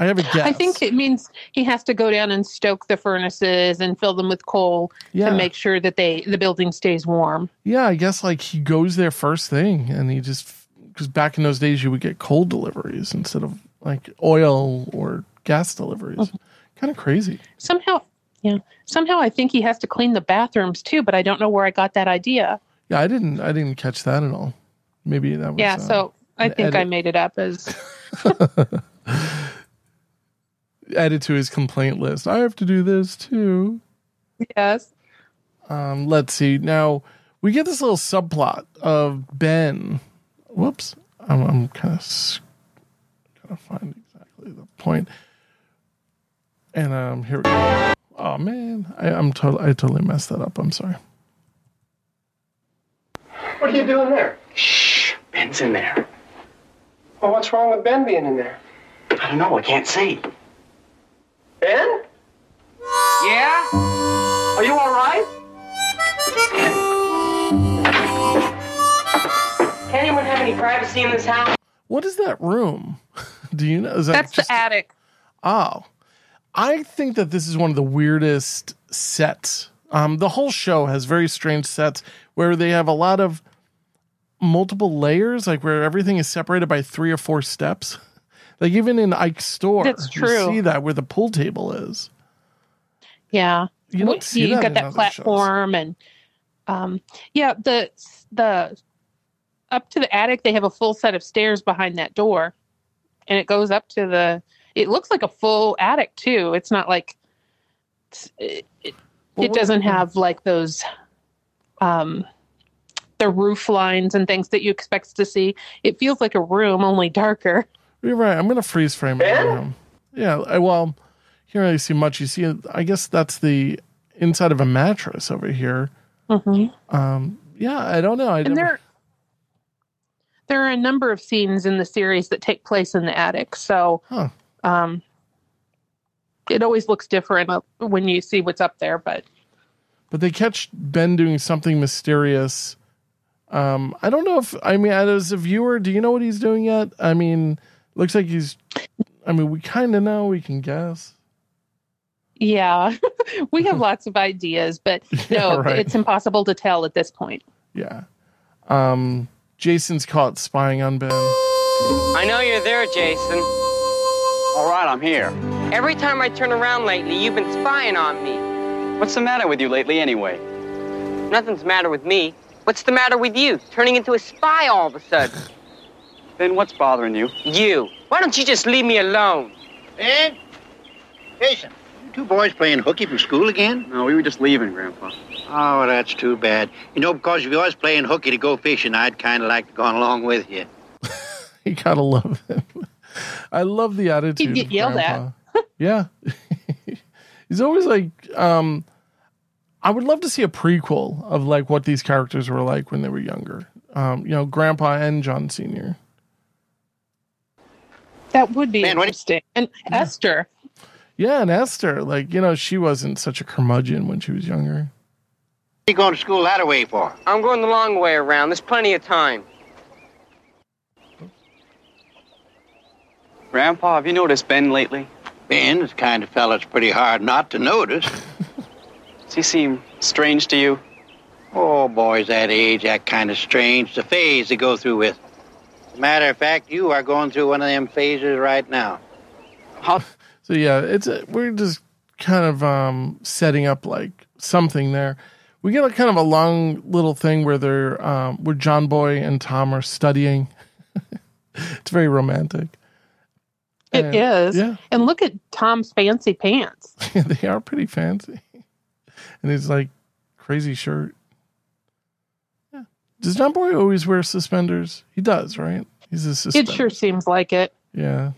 [SPEAKER 5] I have a guess.
[SPEAKER 3] I think it means he has to go down and stoke the furnaces and fill them with coal
[SPEAKER 5] Yeah.
[SPEAKER 3] to make sure that they the building stays warm.
[SPEAKER 5] Yeah, I guess like he goes there first thing and he just because back in those days you would get coal deliveries instead of like oil or gas deliveries.
[SPEAKER 3] Uh-huh.
[SPEAKER 5] Kind of crazy.
[SPEAKER 3] Somehow, yeah. Somehow, I think he has to clean the bathrooms too, but I don't know where I got that idea.
[SPEAKER 5] Yeah, I didn't I didn't catch that at all. Maybe that was
[SPEAKER 3] yeah,
[SPEAKER 5] uh,
[SPEAKER 3] so I
[SPEAKER 5] an
[SPEAKER 3] think I
[SPEAKER 5] edit-
[SPEAKER 3] made it up as
[SPEAKER 5] added to his complaint list. I have to do this too.
[SPEAKER 3] yes.
[SPEAKER 5] Um, let's see. Now we get this little subplot of Ben. Whoops. I'm, I'm kind of gotta find exactly the point. And um, here we go. Oh man, I, I'm totally I totally messed that up. I'm sorry.
[SPEAKER 8] What are you doing there? Shh, Ben's in there. Well, what's wrong with Ben being in there? I don't know. I can't see. Ben?
[SPEAKER 9] Yeah? Are you all right?
[SPEAKER 11] Can anyone have any privacy in this house?
[SPEAKER 5] What is that room? Do you know? Is that
[SPEAKER 3] That's
[SPEAKER 5] just-
[SPEAKER 3] the attic.
[SPEAKER 5] Oh, I think that this is one of the weirdest sets. Um, the whole show has very strange sets where they have a lot of multiple layers, like where everything is separated by three or four steps. Like even in Ike's store,
[SPEAKER 3] That's
[SPEAKER 5] you
[SPEAKER 3] true.
[SPEAKER 5] see that where the pool table is.
[SPEAKER 3] Yeah.
[SPEAKER 5] You don't
[SPEAKER 3] Well,
[SPEAKER 5] see
[SPEAKER 3] you've
[SPEAKER 5] that in
[SPEAKER 3] got
[SPEAKER 5] other
[SPEAKER 3] that platform and um yeah, the the up to the attic they have a full set of stairs behind that door. And it goes up to the it looks like a full attic too. It's not like it's- it, it,
[SPEAKER 5] Well,
[SPEAKER 3] it
[SPEAKER 5] what-
[SPEAKER 3] doesn't have like those um the roof lines and things that you expect to see. It feels like a room only darker.
[SPEAKER 5] You're right. I'm gonna freeze frame it. Um, Yeah. I, well, you can't really see much. You see, I guess that's the inside of a mattress over here.
[SPEAKER 3] Mhm.
[SPEAKER 5] Um, yeah. I don't know. I
[SPEAKER 3] and
[SPEAKER 5] never-
[SPEAKER 3] there there are a number of scenes in the series that take place in the attic so
[SPEAKER 5] Huh.
[SPEAKER 3] um, it always looks different up- when you see what's up there but
[SPEAKER 5] but they catch Ben doing something mysterious. Um, I don't know if I mean as a viewer, do you know what he's doing yet? I mean, looks like he's. I mean, we kind of know. We can guess.
[SPEAKER 3] yeah we have lots of ideas but no
[SPEAKER 5] Yeah, right.
[SPEAKER 3] it's impossible to tell at this point
[SPEAKER 5] Yeah. Um, Jason's caught spying on Ben.
[SPEAKER 11] I know you're there, Jason.
[SPEAKER 7] All right, I'm here.
[SPEAKER 11] Every time I turn around lately, you've been spying on me.
[SPEAKER 7] What's the matter with you lately, anyway?
[SPEAKER 11] Nothing's the matter with me. What's the matter with you? Turning into a spy all of a sudden.
[SPEAKER 7] Then what's bothering you?
[SPEAKER 11] You. Why don't you just leave me alone?
[SPEAKER 9] And Jason, you two boys playing hooky from school again?
[SPEAKER 7] No, we were just leaving, Grandpa.
[SPEAKER 9] Oh, that's too bad. You know, because if you was playing hooky to go fishing, I'd kind of like to go along with you.
[SPEAKER 5] You gotta love him. I love the attitude.
[SPEAKER 9] get
[SPEAKER 5] of
[SPEAKER 9] yelled
[SPEAKER 5] Grandpa. yeah. He's always like, um, I would love to see a prequel of like what these characters were like when they were younger. Um, you know, Grandpa and John Senior.
[SPEAKER 3] that would be interesting and esther
[SPEAKER 5] Yeah, and Esther, like you know, she wasn't such a curmudgeon when she was younger.
[SPEAKER 11] You going to school that way for? I'm going the long way around. There's plenty of time.
[SPEAKER 7] Grandpa, have you noticed Ben lately?
[SPEAKER 9] Ben, this kind of fella's pretty hard not to notice.
[SPEAKER 7] Does he seem strange to you?
[SPEAKER 9] Oh, boys that age act kind of strange. The phase they go through with. As a matter of fact, you are going through one of them phases right now.
[SPEAKER 5] So yeah, it's a, we're just kind of um, setting up like something there. We get a kind of a long little thing where they're um, where John Boy and Tom are studying. it's very romantic.
[SPEAKER 3] It
[SPEAKER 5] And-
[SPEAKER 3] is,
[SPEAKER 5] yeah.
[SPEAKER 3] and look at tom's fancy pants
[SPEAKER 5] they are pretty fancy, and he's like crazy shirt. Yeah. Does John Boy always wear suspenders? He does, right? He's a
[SPEAKER 3] it
[SPEAKER 5] suspender.
[SPEAKER 3] sure seems like it
[SPEAKER 5] Yeah.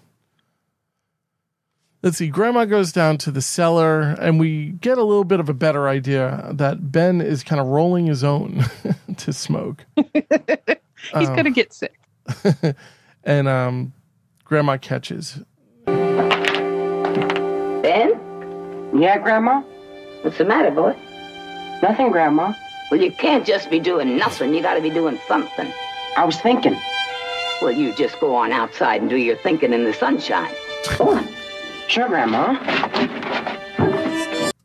[SPEAKER 5] Let's see. Grandma goes down to the cellar, and we get a little bit of a better idea that Ben is kind of rolling his own to smoke.
[SPEAKER 3] he's
[SPEAKER 5] Um,
[SPEAKER 3] gonna get sick
[SPEAKER 5] and um, Grandma catches.
[SPEAKER 13] Ben? Yeah, Grandma? What's the matter, boy? Nothing, Grandma. Well, you can't just be doing nothing. You gotta be doing something. I was thinking. Well, you just go on outside and do your thinking in the sunshine. Go on. Sure, Grandma.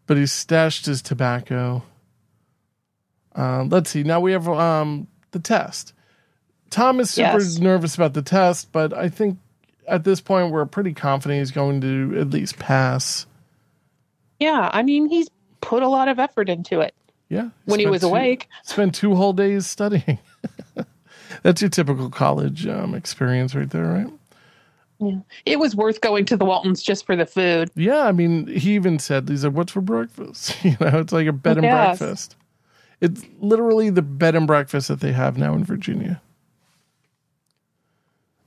[SPEAKER 5] but he's stashed his tobacco. Um, let's see. Now we have um, the test. Tom is super
[SPEAKER 3] Yes.
[SPEAKER 5] nervous about the test, but I think at this point we're pretty confident he's going to at least pass.
[SPEAKER 3] yeah i mean he's put a lot of effort into it
[SPEAKER 5] Yeah.
[SPEAKER 3] When he
[SPEAKER 5] spent
[SPEAKER 3] was
[SPEAKER 5] two-
[SPEAKER 3] awake.
[SPEAKER 5] Spent two whole days studying. That's your typical college um, experience right there, right?
[SPEAKER 3] Yeah. It was worth going to the Waltons just for the food.
[SPEAKER 5] Yeah, I mean, he even said, he's like, what's for breakfast? You know, it's like a bed and
[SPEAKER 3] Yes.
[SPEAKER 5] breakfast. It's literally the bed and breakfast that they have now in Virginia.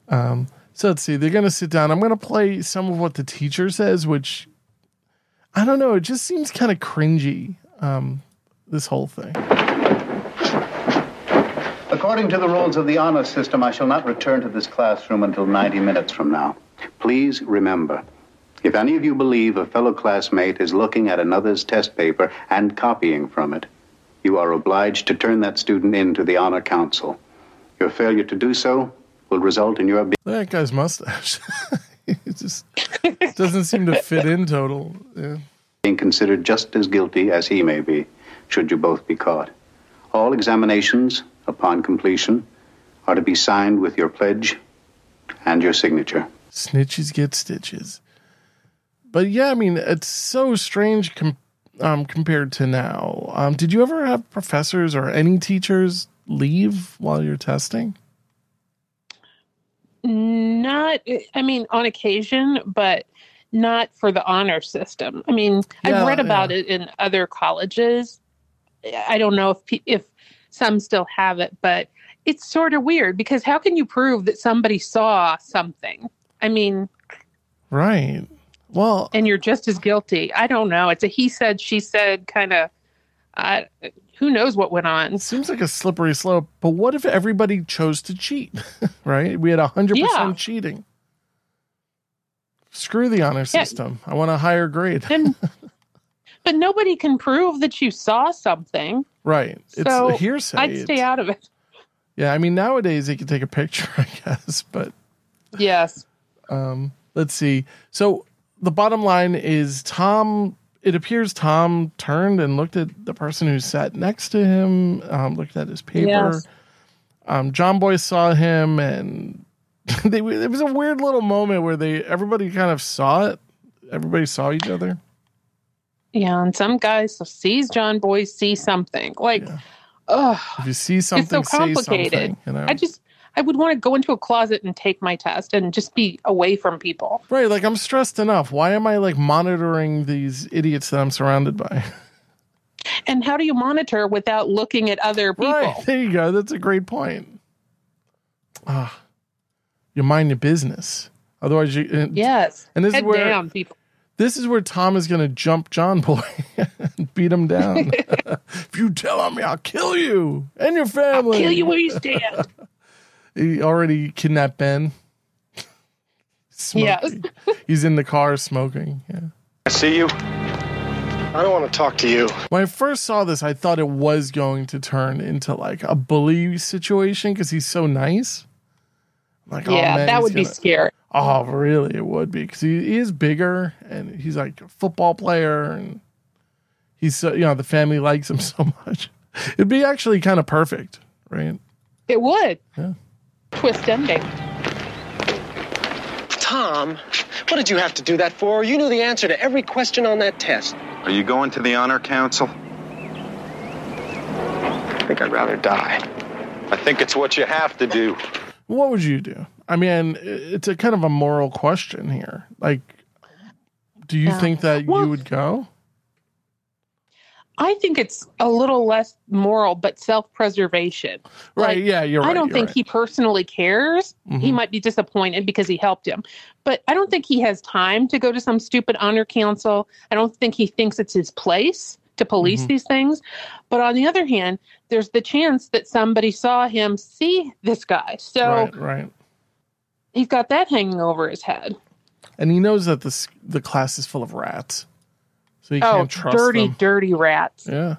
[SPEAKER 5] Um, so let's see. They're going to sit down. I'm going to play some of what the teacher says, which I don't know. It just seems kind of cringy. Um, this whole thing.
[SPEAKER 7] According to the rules of the honor system, I shall not return to this classroom until 90 minutes from now. Please remember if any of you believe a fellow classmate is looking at another's test paper and copying from it, you are obliged to turn that student in to the honor council. Your failure to do so will result in your being.
[SPEAKER 5] That guy's mustache. it just doesn't seem to fit in total. Yeah.
[SPEAKER 7] being considered just as guilty as he may be, should you both be caught. All examinations, upon completion, are to be signed with your pledge and your signature.
[SPEAKER 5] Snitches get stitches. But yeah, I mean, it's so strange com- um, compared to now. Um, did you ever have professors or any teachers leave while you're testing?
[SPEAKER 3] Not, I mean, on occasion, but not for the honor system. I mean,
[SPEAKER 5] Yeah,
[SPEAKER 3] I've read about it in other colleges. I don't know if pe- if some still have it, but it's sort of weird because how can you prove that somebody saw something? I mean,
[SPEAKER 5] Right. Well,
[SPEAKER 3] and you're just as guilty. I don't know. It's a he said, she said kind of. Uh, who knows what went on?
[SPEAKER 5] Seems like a slippery slope. But what if everybody chose to cheat? right? We had 100%
[SPEAKER 3] Yeah.
[SPEAKER 5] cheating. Screw the honor system. I want a higher grade.
[SPEAKER 3] But nobody can prove that you saw something.
[SPEAKER 5] right. It's
[SPEAKER 3] so
[SPEAKER 5] hearsay.
[SPEAKER 3] I'd
[SPEAKER 5] It's-
[SPEAKER 3] stay out of it.
[SPEAKER 5] yeah, I mean, nowadays they could take a picture, I guess. But
[SPEAKER 3] Yes.
[SPEAKER 5] um, let's see. So the bottom line is Tom. It appears Tom turned and looked at the person who sat next to him. Um, looked at his paper.
[SPEAKER 16] Yes.
[SPEAKER 5] Um, John Boy saw him, and they, it was a weird little moment where they everybody kind of saw it. Everybody saw each other.
[SPEAKER 3] Yeah, and some guy s- sees John Boy see something. Like, ugh,
[SPEAKER 5] If you see something,
[SPEAKER 3] it's so complicated.
[SPEAKER 5] say something. You know?
[SPEAKER 3] I just, I would want to go into a closet and take my test and just be away from people.
[SPEAKER 5] right, like I'm stressed enough. Why am I like monitoring these idiots that I'm surrounded by?
[SPEAKER 3] And how do you monitor without looking at other people?
[SPEAKER 5] Right. There you go. That's a great point. Ah, you mind your business. Otherwise, you and,
[SPEAKER 3] Yes.
[SPEAKER 5] And this
[SPEAKER 3] Head
[SPEAKER 5] is where
[SPEAKER 3] down, people.
[SPEAKER 5] this is where Tom is going to jump John Boy and beat him down. if you tell on me, I'll kill you and your family.
[SPEAKER 3] Kill you where you stand.
[SPEAKER 5] He already kidnapped Ben.
[SPEAKER 3] yes.
[SPEAKER 5] He's in the car smoking. Yeah.
[SPEAKER 17] I see you. I don't want to talk to you.
[SPEAKER 5] When I first saw this, I thought it was going to turn into like a bully situation because he's so nice. I'm like,
[SPEAKER 3] Yeah,
[SPEAKER 5] oh, man,
[SPEAKER 3] that
[SPEAKER 5] he's
[SPEAKER 3] would be
[SPEAKER 5] gonna-
[SPEAKER 3] scary.
[SPEAKER 5] Oh, really? It would be because he, he is bigger and he's like a football player and he's so you know the family likes him so much. It'd be actually kind of perfect, right?
[SPEAKER 3] It would.
[SPEAKER 5] Yeah.
[SPEAKER 3] Twist ending.
[SPEAKER 17] Tom, what did you have to do that for? You knew the answer to every question on that test.
[SPEAKER 12] Are you going to the honor council? I think I'd rather die. I think it's what you have to do.
[SPEAKER 5] What would you do? I mean, i- it's a kind of a moral question here. Like, do you
[SPEAKER 3] Yeah.
[SPEAKER 5] think that you would go?
[SPEAKER 3] I think it's a little less moral, but self preservation.
[SPEAKER 5] Right, yeah, you're
[SPEAKER 3] I
[SPEAKER 5] right,
[SPEAKER 3] don't
[SPEAKER 5] you're
[SPEAKER 3] think
[SPEAKER 5] right.
[SPEAKER 3] he personally cares. He
[SPEAKER 5] Mhm.
[SPEAKER 3] might be disappointed because he helped him, but I don't think he has time to go to some stupid honor council. I don't think he thinks it's his place to police
[SPEAKER 5] Mm-hmm.
[SPEAKER 18] Mhm.
[SPEAKER 3] these things. But on the other hand, there's the chance that somebody saw him see this guy. So
[SPEAKER 5] right, right.
[SPEAKER 3] he's got that hanging over his head.
[SPEAKER 5] And he knows that the s- the class is full of rats, so he
[SPEAKER 3] oh,
[SPEAKER 5] can't trust
[SPEAKER 3] dirty,
[SPEAKER 5] them.
[SPEAKER 3] dirty rats.
[SPEAKER 5] Yeah.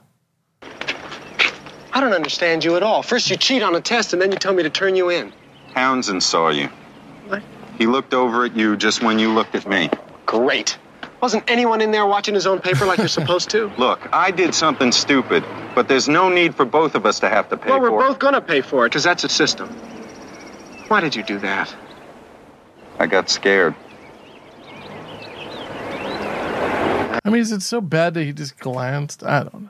[SPEAKER 17] I don't understand you at all. First you cheat on a test and then you tell me to turn you in.
[SPEAKER 12] Townsend saw you. He looked over at you just when you looked at me.
[SPEAKER 17] Great. Wasn't anyone in there watching his own paper like you're supposed to?
[SPEAKER 12] Look, I did something stupid, but there's no need for both of us to have to pay
[SPEAKER 17] well,
[SPEAKER 12] for
[SPEAKER 17] we're
[SPEAKER 12] it.
[SPEAKER 17] both gonna pay for it, because that's a system. Why did you do that?
[SPEAKER 12] I got scared.
[SPEAKER 5] I mean, is it so bad that he just glanced? I don't know.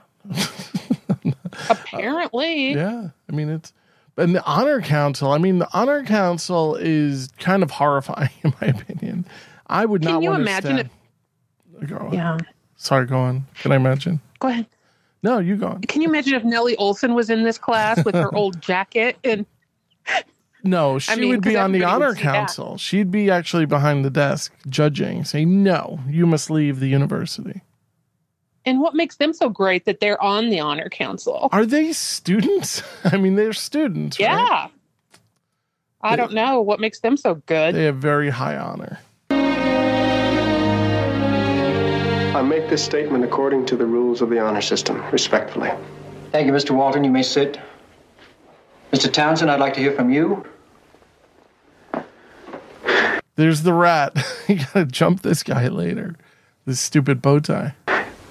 [SPEAKER 3] Apparently.
[SPEAKER 5] Uh, Yeah. I mean, it's, and the honor council, I mean, the honor council is kind of horrifying in my opinion. I would
[SPEAKER 3] Can
[SPEAKER 5] not
[SPEAKER 3] you
[SPEAKER 5] want
[SPEAKER 3] imagine
[SPEAKER 5] to stand. Go on.
[SPEAKER 3] Yeah.
[SPEAKER 5] Sorry, go on. Can I imagine?
[SPEAKER 3] Go ahead.
[SPEAKER 5] No, you go on.
[SPEAKER 3] Can you imagine if Nellie Olson was in this class with her old jacket and
[SPEAKER 5] No, she
[SPEAKER 3] mean,
[SPEAKER 5] would be
[SPEAKER 3] 'cause
[SPEAKER 5] on the
[SPEAKER 3] everybody would
[SPEAKER 5] honor
[SPEAKER 3] see that.
[SPEAKER 5] council. She'd be actually behind the desk judging, saying, no, you must leave the university.
[SPEAKER 3] and what makes them so great that they're on the honor council?
[SPEAKER 5] Are they students? I mean, they're students, right?
[SPEAKER 3] Yeah. I don't know what makes them so good.
[SPEAKER 5] They have very high honor.
[SPEAKER 8] I make this statement according to the rules of the honor system, respectfully.
[SPEAKER 16] Thank you, Mr. Walton. You may sit. Mr. Townsend, I'd like to hear from you.
[SPEAKER 5] There's the rat. you gotta jump this guy later. This stupid bow tie.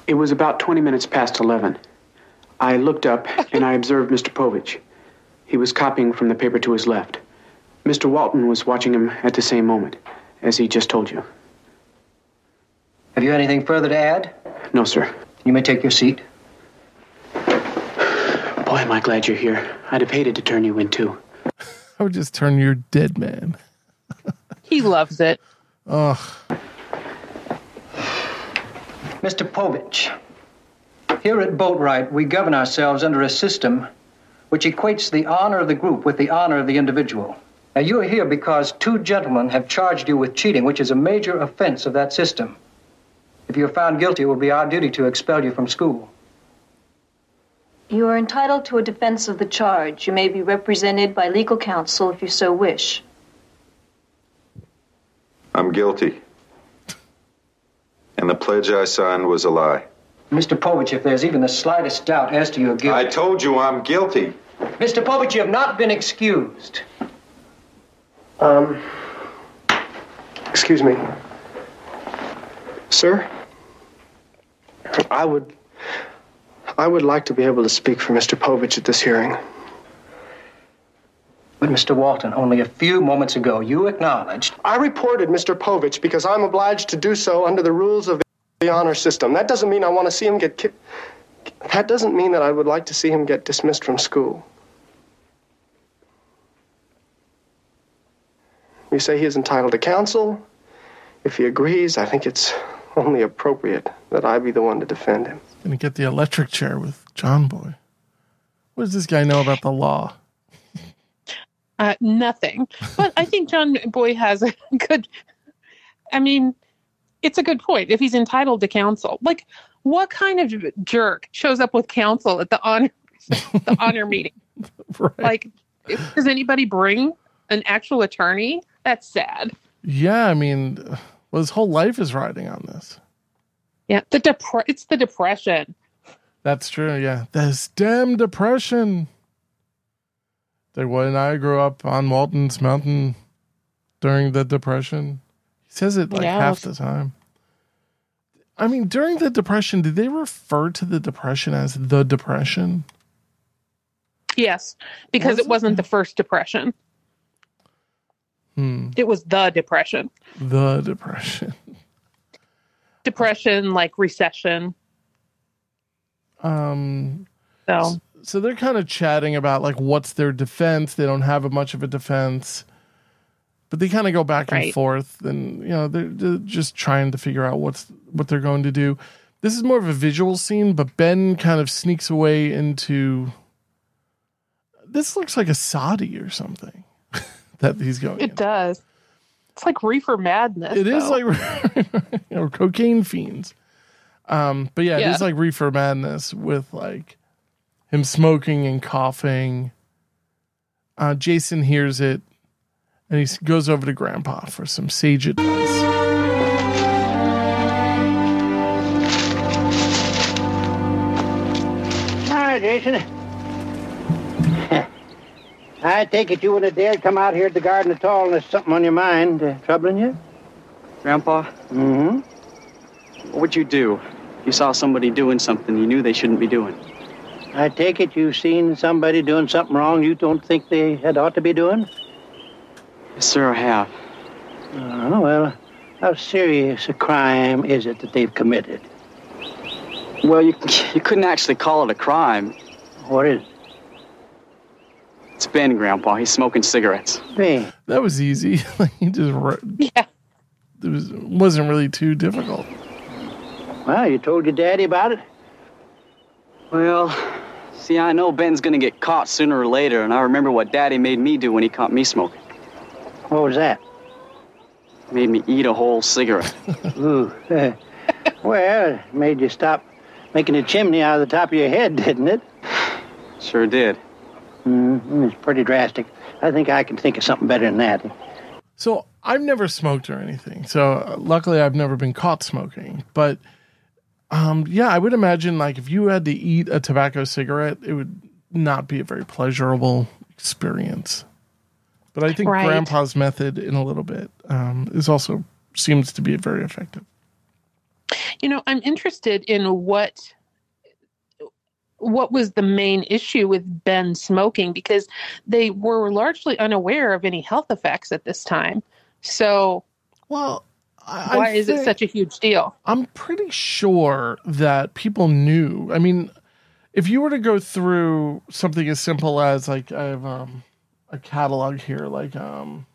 [SPEAKER 18] It was about 20 minutes past 11. I looked up and I observed Mr. Povich. He was copying from the paper to his left. Mr. Walton was watching him at the same moment, as he just told you.
[SPEAKER 16] Have you anything further to add?
[SPEAKER 18] No, sir.
[SPEAKER 16] You may take your seat.
[SPEAKER 18] Boy, am I glad you're here. I'd have hated to turn you in, too.
[SPEAKER 5] I would just turn your dead man.
[SPEAKER 3] He loves it.
[SPEAKER 5] Ugh.
[SPEAKER 16] Mr. Povich, here at Boatwright, we govern ourselves under a system which equates the honor of the group with the honor of the individual. Now, you are here because two gentlemen have charged you with cheating, which is a major offense of that system. If you are found guilty, it will be our duty to expel you from school.
[SPEAKER 19] You are entitled to a defense of the charge. You may be represented by legal counsel if you so wish.
[SPEAKER 12] I'm guilty. And the pledge I signed was a lie.
[SPEAKER 16] Mr. Povich, if there's even the slightest doubt as to your guilt.
[SPEAKER 12] I told you I'm guilty.
[SPEAKER 16] Mr. Povich, you have not been excused.
[SPEAKER 8] Um, excuse me. Sir? I would. I would like to be able to speak for Mr. Povich at this hearing.
[SPEAKER 16] But, Mr. Walton, only a few moments ago, you acknowledged.
[SPEAKER 8] I reported Mr. Povich because I'm obliged to do so under the rules of the honor system. That doesn't mean I want to see him get ki- That doesn't mean that I would like to see him get dismissed from school. You say he is entitled to counsel. If he agrees, I think it's only appropriate that I be the one to defend him.
[SPEAKER 5] Gonna get the electric chair with John Boy. What does this guy know about the law?
[SPEAKER 3] Uh, nothing. But I think John Boy has a good. I mean, it's a good point. If he's entitled to counsel, like what kind of jerk shows up with counsel at the honor the honor meeting? Like, if- does anybody bring an actual attorney? That's sad.
[SPEAKER 5] Yeah, I mean, well, his whole life is riding on this.
[SPEAKER 3] Yeah, the depre- it's the depression.
[SPEAKER 5] That's true. Yeah, this damn depression. Dagwood and I grew up on Walton's Mountain during the depression. He says it like
[SPEAKER 20] Yeah.
[SPEAKER 5] half the time. I mean, during the depression, did they refer to the depression as the depression?
[SPEAKER 3] Yes, because it wasn't the first depression.
[SPEAKER 5] Hmm.
[SPEAKER 3] It was the depression.
[SPEAKER 5] The depression.
[SPEAKER 3] Depression, like recession.
[SPEAKER 5] Um,
[SPEAKER 3] so,
[SPEAKER 5] so they're kind of chatting about like what's their defense. They don't have a much of a defense, but they kind of go back and
[SPEAKER 20] Right.
[SPEAKER 5] forth, and you know they're, they're just trying to figure out what's what they're going to do. This is more of a visual scene, but Ben kind of sneaks away into. This looks like a Saudi or something that he's going.
[SPEAKER 3] It does. It's like reefer madness.
[SPEAKER 5] Oh, It is
[SPEAKER 3] though.
[SPEAKER 5] like you know, cocaine fiends. Um, but yeah, it is
[SPEAKER 3] Yeah.
[SPEAKER 5] like reefer madness with like him smoking and coughing. Uh, Jason hears it, and he s- goes over to Grandpa for some sage advice.
[SPEAKER 9] Hi, Jason. I take it you wouldn't have dared come out here at the garden at all unless something on your mind uh, troubling you?
[SPEAKER 17] Grandpa? Mm hmm. What would you do? if You saw somebody doing something you knew they shouldn't be doing.
[SPEAKER 9] I take it you've seen somebody doing something wrong you don't think they had ought to be doing?
[SPEAKER 17] Yes, sir, I have.
[SPEAKER 9] Oh, well, how serious a crime is it that they've committed?
[SPEAKER 17] Well, you, you couldn't actually call it a crime.
[SPEAKER 9] What is
[SPEAKER 17] It's Ben, Grandpa. He's smoking cigarettes.
[SPEAKER 9] Ben.
[SPEAKER 5] That was easy. like he just yeah. It was wasn't really too difficult.
[SPEAKER 9] Well, you told your daddy about it?
[SPEAKER 17] Well, see, I know Ben's gonna get caught sooner or later, and I remember what Daddy made me do when he caught me smoking.
[SPEAKER 13] What was that?
[SPEAKER 17] Made me eat a whole cigarette.
[SPEAKER 13] Ooh. eh. well, it made you stop making a chimney out of the top of your head, didn't it?
[SPEAKER 17] Sure did.
[SPEAKER 13] Mm, it's pretty drastic. I think I can think of something better than that.
[SPEAKER 5] So I've never smoked or anything. So uh, luckily, I've never been caught smoking. But um, yeah, I would imagine like if you had to eat a tobacco cigarette, it would not be a very pleasurable experience. But I think
[SPEAKER 3] Right.
[SPEAKER 5] Grandpa's method, in a little bit, um, is also seems to be very effective.
[SPEAKER 3] You know, I'm interested in what what was the main issue with Ben smoking because they were largely unaware of any health effects at this time. So,
[SPEAKER 5] well, I
[SPEAKER 3] why is it
[SPEAKER 5] think-
[SPEAKER 3] such a huge deal?
[SPEAKER 5] I'm pretty sure that people knew. I mean, if you were to go through something as simple as like I have um, a catalog here, like um,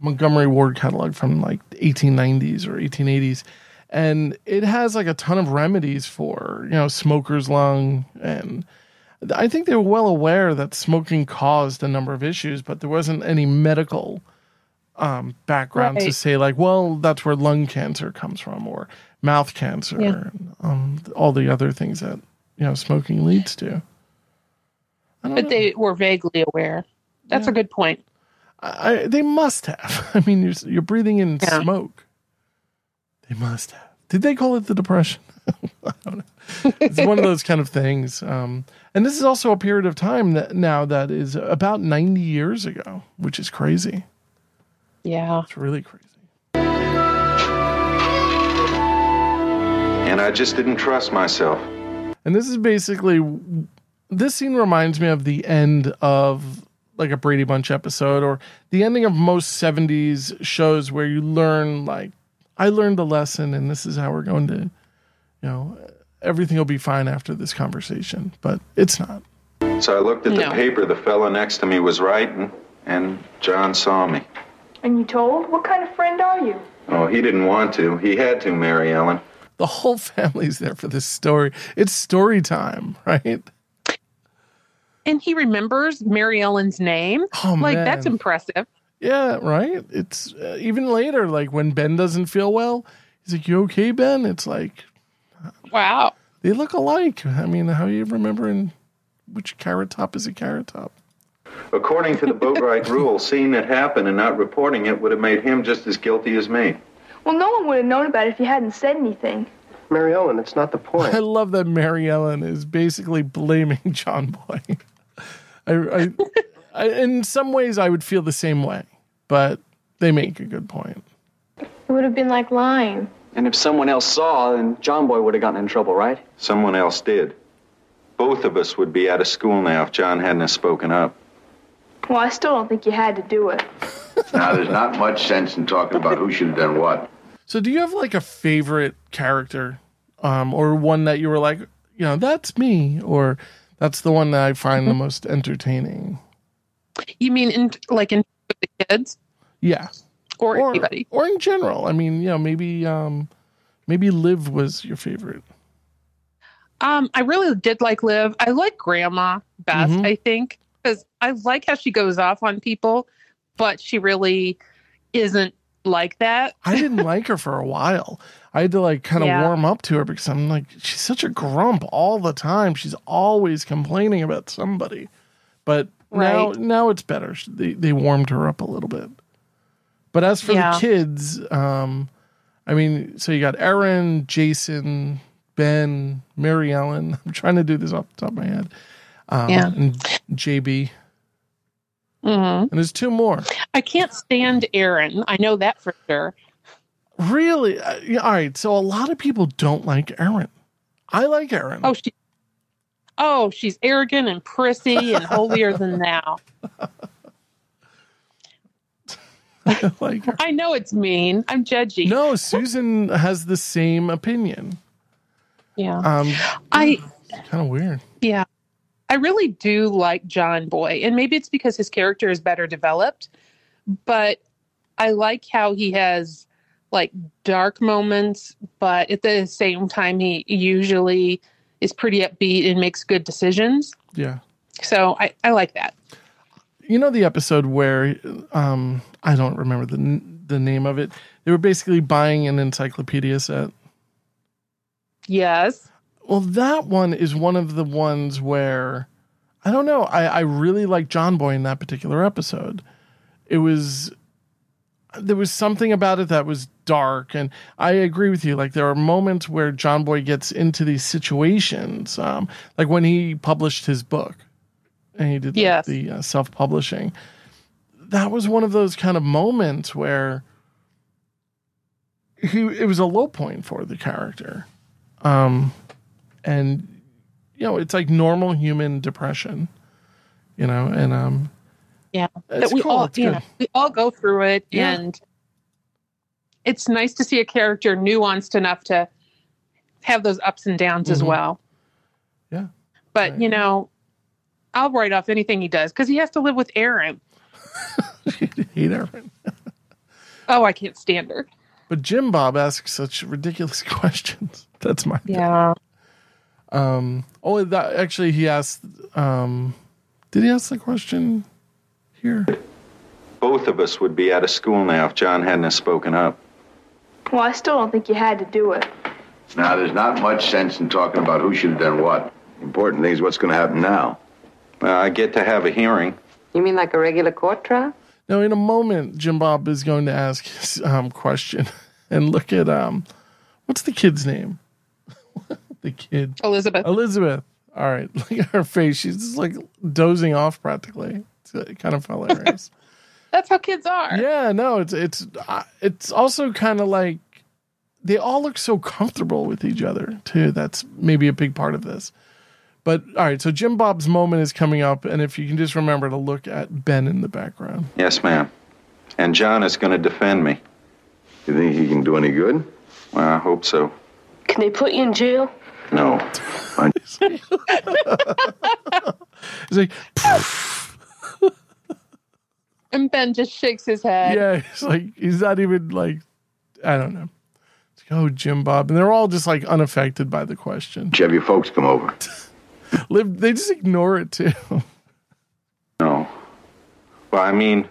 [SPEAKER 5] Montgomery Ward catalog from like 1890s or 1880s, and it has like a ton of remedies for you know smoker's lung, and I think they were well aware that smoking caused a number of issues, but there wasn't any medical um, background to
[SPEAKER 20] Right.
[SPEAKER 5] say like, well, that's where lung cancer comes from, or mouth cancer,
[SPEAKER 20] Yeah.
[SPEAKER 5] and um, all the other things that you know smoking leads to. don't
[SPEAKER 3] But they were vaguely aware. That's a good point.
[SPEAKER 5] I, I- they must have. I mean, you're s- you're breathing in smoke. They must have. Did they call it the depression? I don't know. It's one of those kind of things. Um, and this is also a period of time that now that is about 90 years ago, which is crazy.
[SPEAKER 3] Yeah.
[SPEAKER 5] It's really crazy.
[SPEAKER 12] And I just didn't trust myself.
[SPEAKER 5] And this is basically this scene reminds me of the end of like a Brady Bunch episode or the ending of most 70s shows where you learn like I learned a lesson and this is how we're going to you know everything will be fine after this conversation, but it's not.
[SPEAKER 12] So I looked at the
[SPEAKER 5] No.
[SPEAKER 12] paper the fellow next to me was writing, and John saw me.
[SPEAKER 2] And you told? What kind of friend are you?
[SPEAKER 12] Oh, he didn't want to. He had to, Mary Ellen.
[SPEAKER 5] The whole family's there for this story. It's story time, right?
[SPEAKER 3] And he remembers Mary Ellen's name.
[SPEAKER 5] Oh,
[SPEAKER 3] like
[SPEAKER 5] man.
[SPEAKER 3] that's impressive.
[SPEAKER 5] Yeah, right? It's uh, even later like when Ben doesn't feel well, he's like, "You okay, Ben?" It's like
[SPEAKER 3] Wow.
[SPEAKER 5] They look alike. I mean, how are you remembering which carrot top is a carrot top?
[SPEAKER 12] According to the boatwright rule, seeing it happen and not reporting it would have made him just as guilty as me.
[SPEAKER 2] Well, no one would have known about it if you hadn't said anything.
[SPEAKER 8] Mary Ellen, that's not the point.
[SPEAKER 5] I love that Mary Ellen is basically blaming John Boy. I, I, I, in some ways, I would feel the same way, but they make a good point.
[SPEAKER 14] It would have been like lying.
[SPEAKER 18] And if someone else saw, then John Boy would have gotten in trouble, right?
[SPEAKER 12] Someone else did. Both of us would be out of school now if John hadn't have spoken up.
[SPEAKER 2] Well, I still don't think you had to do it.
[SPEAKER 15] Now, there's not much sense in talking about who should have done what.
[SPEAKER 5] So, do you have like a favorite character, um, or one that you were like, you know, that's me, or that's the one that I find
[SPEAKER 3] Mm-hmm.
[SPEAKER 5] the most entertaining?
[SPEAKER 3] You mean in like in with the kids?
[SPEAKER 5] Yeah.
[SPEAKER 3] Or, anybody.
[SPEAKER 5] Or in general, I mean, you know, maybe, um, maybe Liv was your favorite.
[SPEAKER 3] Um, I really did like Liv. I like Grandma best,
[SPEAKER 5] Mm-hmm.
[SPEAKER 3] I think, because I like how she goes off on people, but she really isn't like that.
[SPEAKER 5] I didn't like her for a while. I had to like kind of
[SPEAKER 3] Yeah.
[SPEAKER 5] warm up to her because I'm like, she's such a grump all the time. She's always complaining about somebody. But now,
[SPEAKER 20] Right.
[SPEAKER 5] now it's better. She- They they warmed her up a little bit. But as for
[SPEAKER 20] Yeah.
[SPEAKER 5] the kids, um, I mean, so you got Aaron, Jason, Ben, Mary Ellen. I'm trying to do this off the top of my head. Um,
[SPEAKER 3] Yeah.
[SPEAKER 5] And JB.
[SPEAKER 3] Mhm.
[SPEAKER 5] And there's two more.
[SPEAKER 3] I can't stand Aaron. I know that for sure.
[SPEAKER 5] Really? Uh, yeah, All right. So a lot of people don't like Erin. I like Erin.
[SPEAKER 3] Oh, she. Oh, she's arrogant and prissy and holier than thou.
[SPEAKER 5] like
[SPEAKER 3] I know it's mean. I'm judgy.
[SPEAKER 5] No, Susan has the same opinion.
[SPEAKER 3] Yeah.
[SPEAKER 5] Um,
[SPEAKER 3] I
[SPEAKER 5] kind of weird.
[SPEAKER 3] Yeah. I really do like John Boy, and maybe it's because his character is better developed, but I like how he has like dark moments, but at the same time he usually is pretty upbeat and makes good decisions.
[SPEAKER 5] Yeah.
[SPEAKER 3] So I, I like that.
[SPEAKER 5] You know the episode where um, I don't remember the n- the name of it. They were basically buying an encyclopedia set.
[SPEAKER 3] Yes.
[SPEAKER 5] Well, that one is one of the ones where I don't know. I, I really like John Boy in that particular episode. It was there was something about it that was dark, and I agree with you. Like there are moments where John Boy gets into these situations, um, like when he published his book and he did like,
[SPEAKER 3] Yes.
[SPEAKER 5] the uh, self publishing. That was one of those kind of moments where he it was a low point for the character. Um, and you know, it's like normal human depression, you know, and um,
[SPEAKER 3] Yeah.
[SPEAKER 5] It's
[SPEAKER 3] that we
[SPEAKER 5] cool.
[SPEAKER 3] all
[SPEAKER 5] It's
[SPEAKER 3] you
[SPEAKER 5] good.
[SPEAKER 3] know, we all go through it
[SPEAKER 5] Yeah.
[SPEAKER 3] and it's nice to see a character nuanced enough to have those ups and downs as
[SPEAKER 5] Mhm.
[SPEAKER 3] well.
[SPEAKER 5] Yeah.
[SPEAKER 3] But you know, I'll write off anything he does because he has to live with Aaron.
[SPEAKER 5] hate Aaron.
[SPEAKER 3] Oh, I can't stand her.
[SPEAKER 5] But Jim Bob asks such ridiculous questions. That's my
[SPEAKER 3] Yeah.
[SPEAKER 5] Um, oh, that actually, he asked, um, did he ask the question here?
[SPEAKER 12] Both of us would be out of school now if John hadn't have spoken up.
[SPEAKER 14] Well, I still don't think you had to do it.
[SPEAKER 15] Now, there's not much sense in talking about who should have done what. Important thing is what's going to happen now.
[SPEAKER 12] Well, I get to have a hearing.
[SPEAKER 13] You mean like a regular court trial?
[SPEAKER 5] Now, in a moment, Jim Bob is going to ask his um, question and look at, um, what's the kid's name? the kid.
[SPEAKER 3] Elizabeth.
[SPEAKER 5] Elizabeth. All right. Look at her face. She's just like dozing off practically. It's uh, kind of hilarious.
[SPEAKER 3] That's how kids are.
[SPEAKER 5] Yeah, no, it's it's uh, it's also kind of like they all look so comfortable with each other too. That's maybe a big part of this. But all right, so Jim Bob's moment is coming up, and if you can just remember to look at Ben in the background.
[SPEAKER 12] Yes, ma'am. And John is going to defend me.
[SPEAKER 15] You think he can do any good?
[SPEAKER 12] Well, I hope so.
[SPEAKER 20] Can they put you in jail?
[SPEAKER 12] No.
[SPEAKER 5] He's like,
[SPEAKER 3] And Ben just shakes his head.
[SPEAKER 5] yeah, he's like he's not even like, I don't know. It's like, oh, Jim Bob, and they're all just like unaffected by the question.
[SPEAKER 15] Did you have your folks come over?
[SPEAKER 5] Liv- They just ignore it too.
[SPEAKER 12] No. Well, I mean,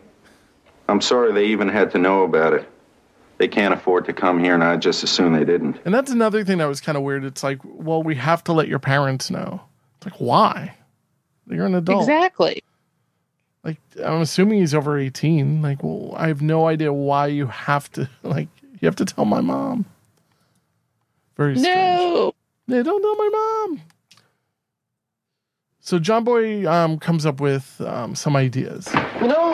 [SPEAKER 12] I'm sorry they even had to know about it. They can't afford to come here, and I just assume they didn't.
[SPEAKER 5] And that's another thing that was kind of weird. It's like, well, we have to let your parents know. It's like, why? You're an adult.
[SPEAKER 3] Exactly.
[SPEAKER 5] Like, I'm assuming he's over 18. Like, well, I have no idea why you have to, like, you have to tell my mom. Very strange.
[SPEAKER 3] No.
[SPEAKER 5] They don't know my mom. So John Boy um, comes up with um, some ideas.
[SPEAKER 8] You know,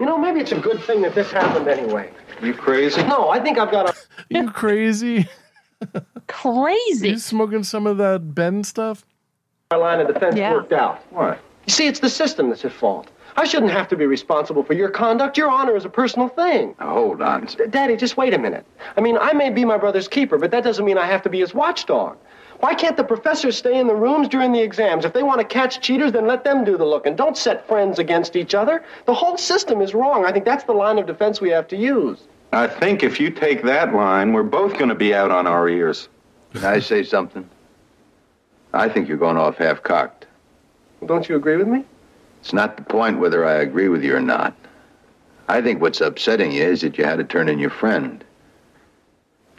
[SPEAKER 8] you know, maybe it's a good thing that this happened anyway.
[SPEAKER 12] You crazy?
[SPEAKER 8] No, I think I've got a.
[SPEAKER 5] you crazy?
[SPEAKER 3] crazy.
[SPEAKER 5] You smoking some of that Ben stuff?
[SPEAKER 8] Our line of defense worked out.
[SPEAKER 12] Why?
[SPEAKER 8] You see, it's the system that's at fault. I shouldn't have to be responsible for your conduct. Your honor is a personal thing.
[SPEAKER 15] hold on.
[SPEAKER 8] Daddy, just wait a minute. I mean, I may be my brother's keeper, but that doesn't mean I have to be his watchdog. Why can't the professors stay in the rooms during the exams? If they want to catch cheaters, then let them do the looking. Don't set friends against each other. The whole system is wrong. I think that's the line of defense we have to use.
[SPEAKER 12] I think if you take that line, we're both going to be out on our ears.
[SPEAKER 15] Can I say something? I think you're going off half cocked.
[SPEAKER 8] Don't you agree with me?
[SPEAKER 15] It's not the point whether I agree with you or not. I think what's upsetting you is that you had to turn in your friend.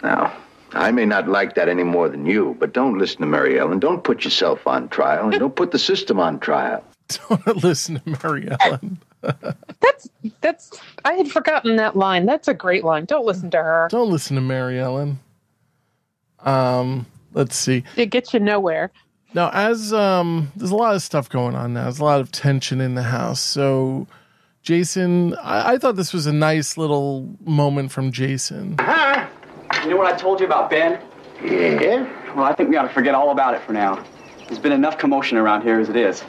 [SPEAKER 15] Now, I may not like that any more than you, but don't listen to Mary Ellen. Don't put yourself on trial, and don't put the system on trial.
[SPEAKER 5] Don't listen to Mary Ellen.
[SPEAKER 3] That's I had forgotten that line. That's a great line. Don't listen to her.
[SPEAKER 5] Don't listen to Mary Ellen. Um, let's see.
[SPEAKER 3] It gets you nowhere.
[SPEAKER 5] Now, as um, there's a lot of stuff going on now. There's a lot of tension in the house. So, Jason, I, I thought this was a nice little moment from Jason.
[SPEAKER 18] Huh? You know what I told you about Ben?
[SPEAKER 15] Yeah?
[SPEAKER 18] Well, I think we ought to forget all about it for now. There's been enough commotion around here as it is.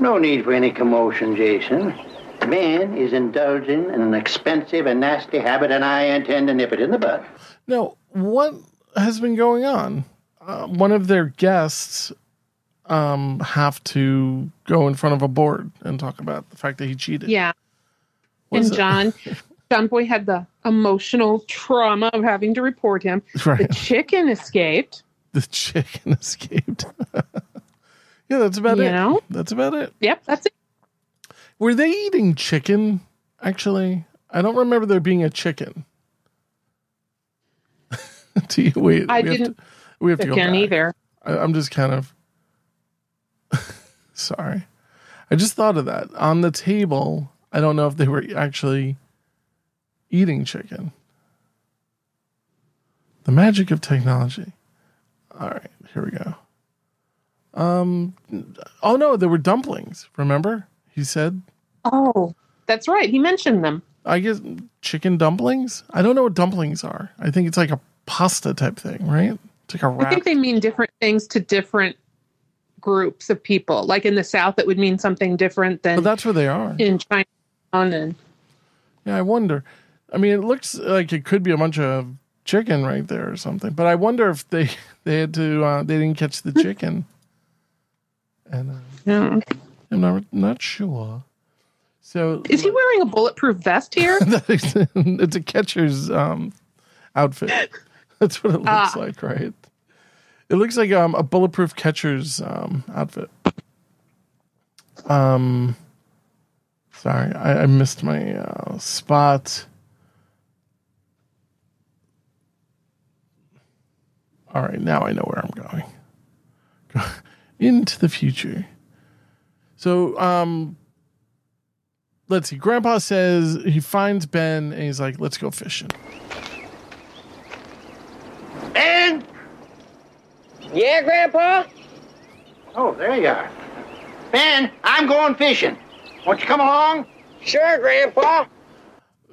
[SPEAKER 21] No need for any commotion, Jason. Man is indulging in an expensive and nasty habit, and I intend to nip it in the bud.
[SPEAKER 5] Now, what has been going on? Uh, one of their guests um, have to go in front of a board and talk about the fact that he cheated.
[SPEAKER 3] Yeah.
[SPEAKER 5] What is it?
[SPEAKER 3] and John, John Boy had the emotional trauma of having to report him.
[SPEAKER 5] Right.
[SPEAKER 3] The chicken escaped.
[SPEAKER 5] the chicken escaped. yeah, that's about
[SPEAKER 3] You
[SPEAKER 5] it.
[SPEAKER 3] know?
[SPEAKER 5] That's about it.
[SPEAKER 3] Yep, that's it.
[SPEAKER 5] Were they eating chicken? Actually, I don't remember there being a chicken. Do you wait?
[SPEAKER 3] I
[SPEAKER 5] we have
[SPEAKER 3] didn't
[SPEAKER 5] to- we have to go
[SPEAKER 3] chicken
[SPEAKER 5] back.
[SPEAKER 3] either.
[SPEAKER 5] I, I'm just kind of sorry. I just thought of that on the table. I don't know if they were actually eating chicken. The magic of technology. All right, here we go. Um, oh no, there were dumplings. Remember, he said.
[SPEAKER 3] Oh, that's right. He mentioned them.
[SPEAKER 5] I guess chicken dumplings. I don't know what dumplings are. I think it's like a pasta type thing, right? It's like a
[SPEAKER 3] I
[SPEAKER 5] wrap.
[SPEAKER 3] think they mean different things to different groups of people. Like in the South, it would mean something different than
[SPEAKER 5] But that's where they are.
[SPEAKER 3] in China. And
[SPEAKER 5] Yeah, I wonder. I mean, it looks like it could be a bunch of chicken right there or something. But I wonder if they they had to uh, they didn't catch the chicken. And uh, I'm not not sure. So
[SPEAKER 3] is he wearing a bulletproof vest here?
[SPEAKER 5] it's a catcher's um, outfit. That's what it looks
[SPEAKER 3] Ah.
[SPEAKER 5] like, right? It looks like um, a bulletproof catcher's um, outfit. Um, sorry, I, I missed my uh, spot. All right, now I know where I'm going. Into the future. So, um, let's see. Grandpa says he finds Ben and he's like, let's go fishing.
[SPEAKER 21] Ben? Yeah, Grandpa? Oh, there you are. Ben, I'm going fishing. Won't you come along? Sure, Grandpa.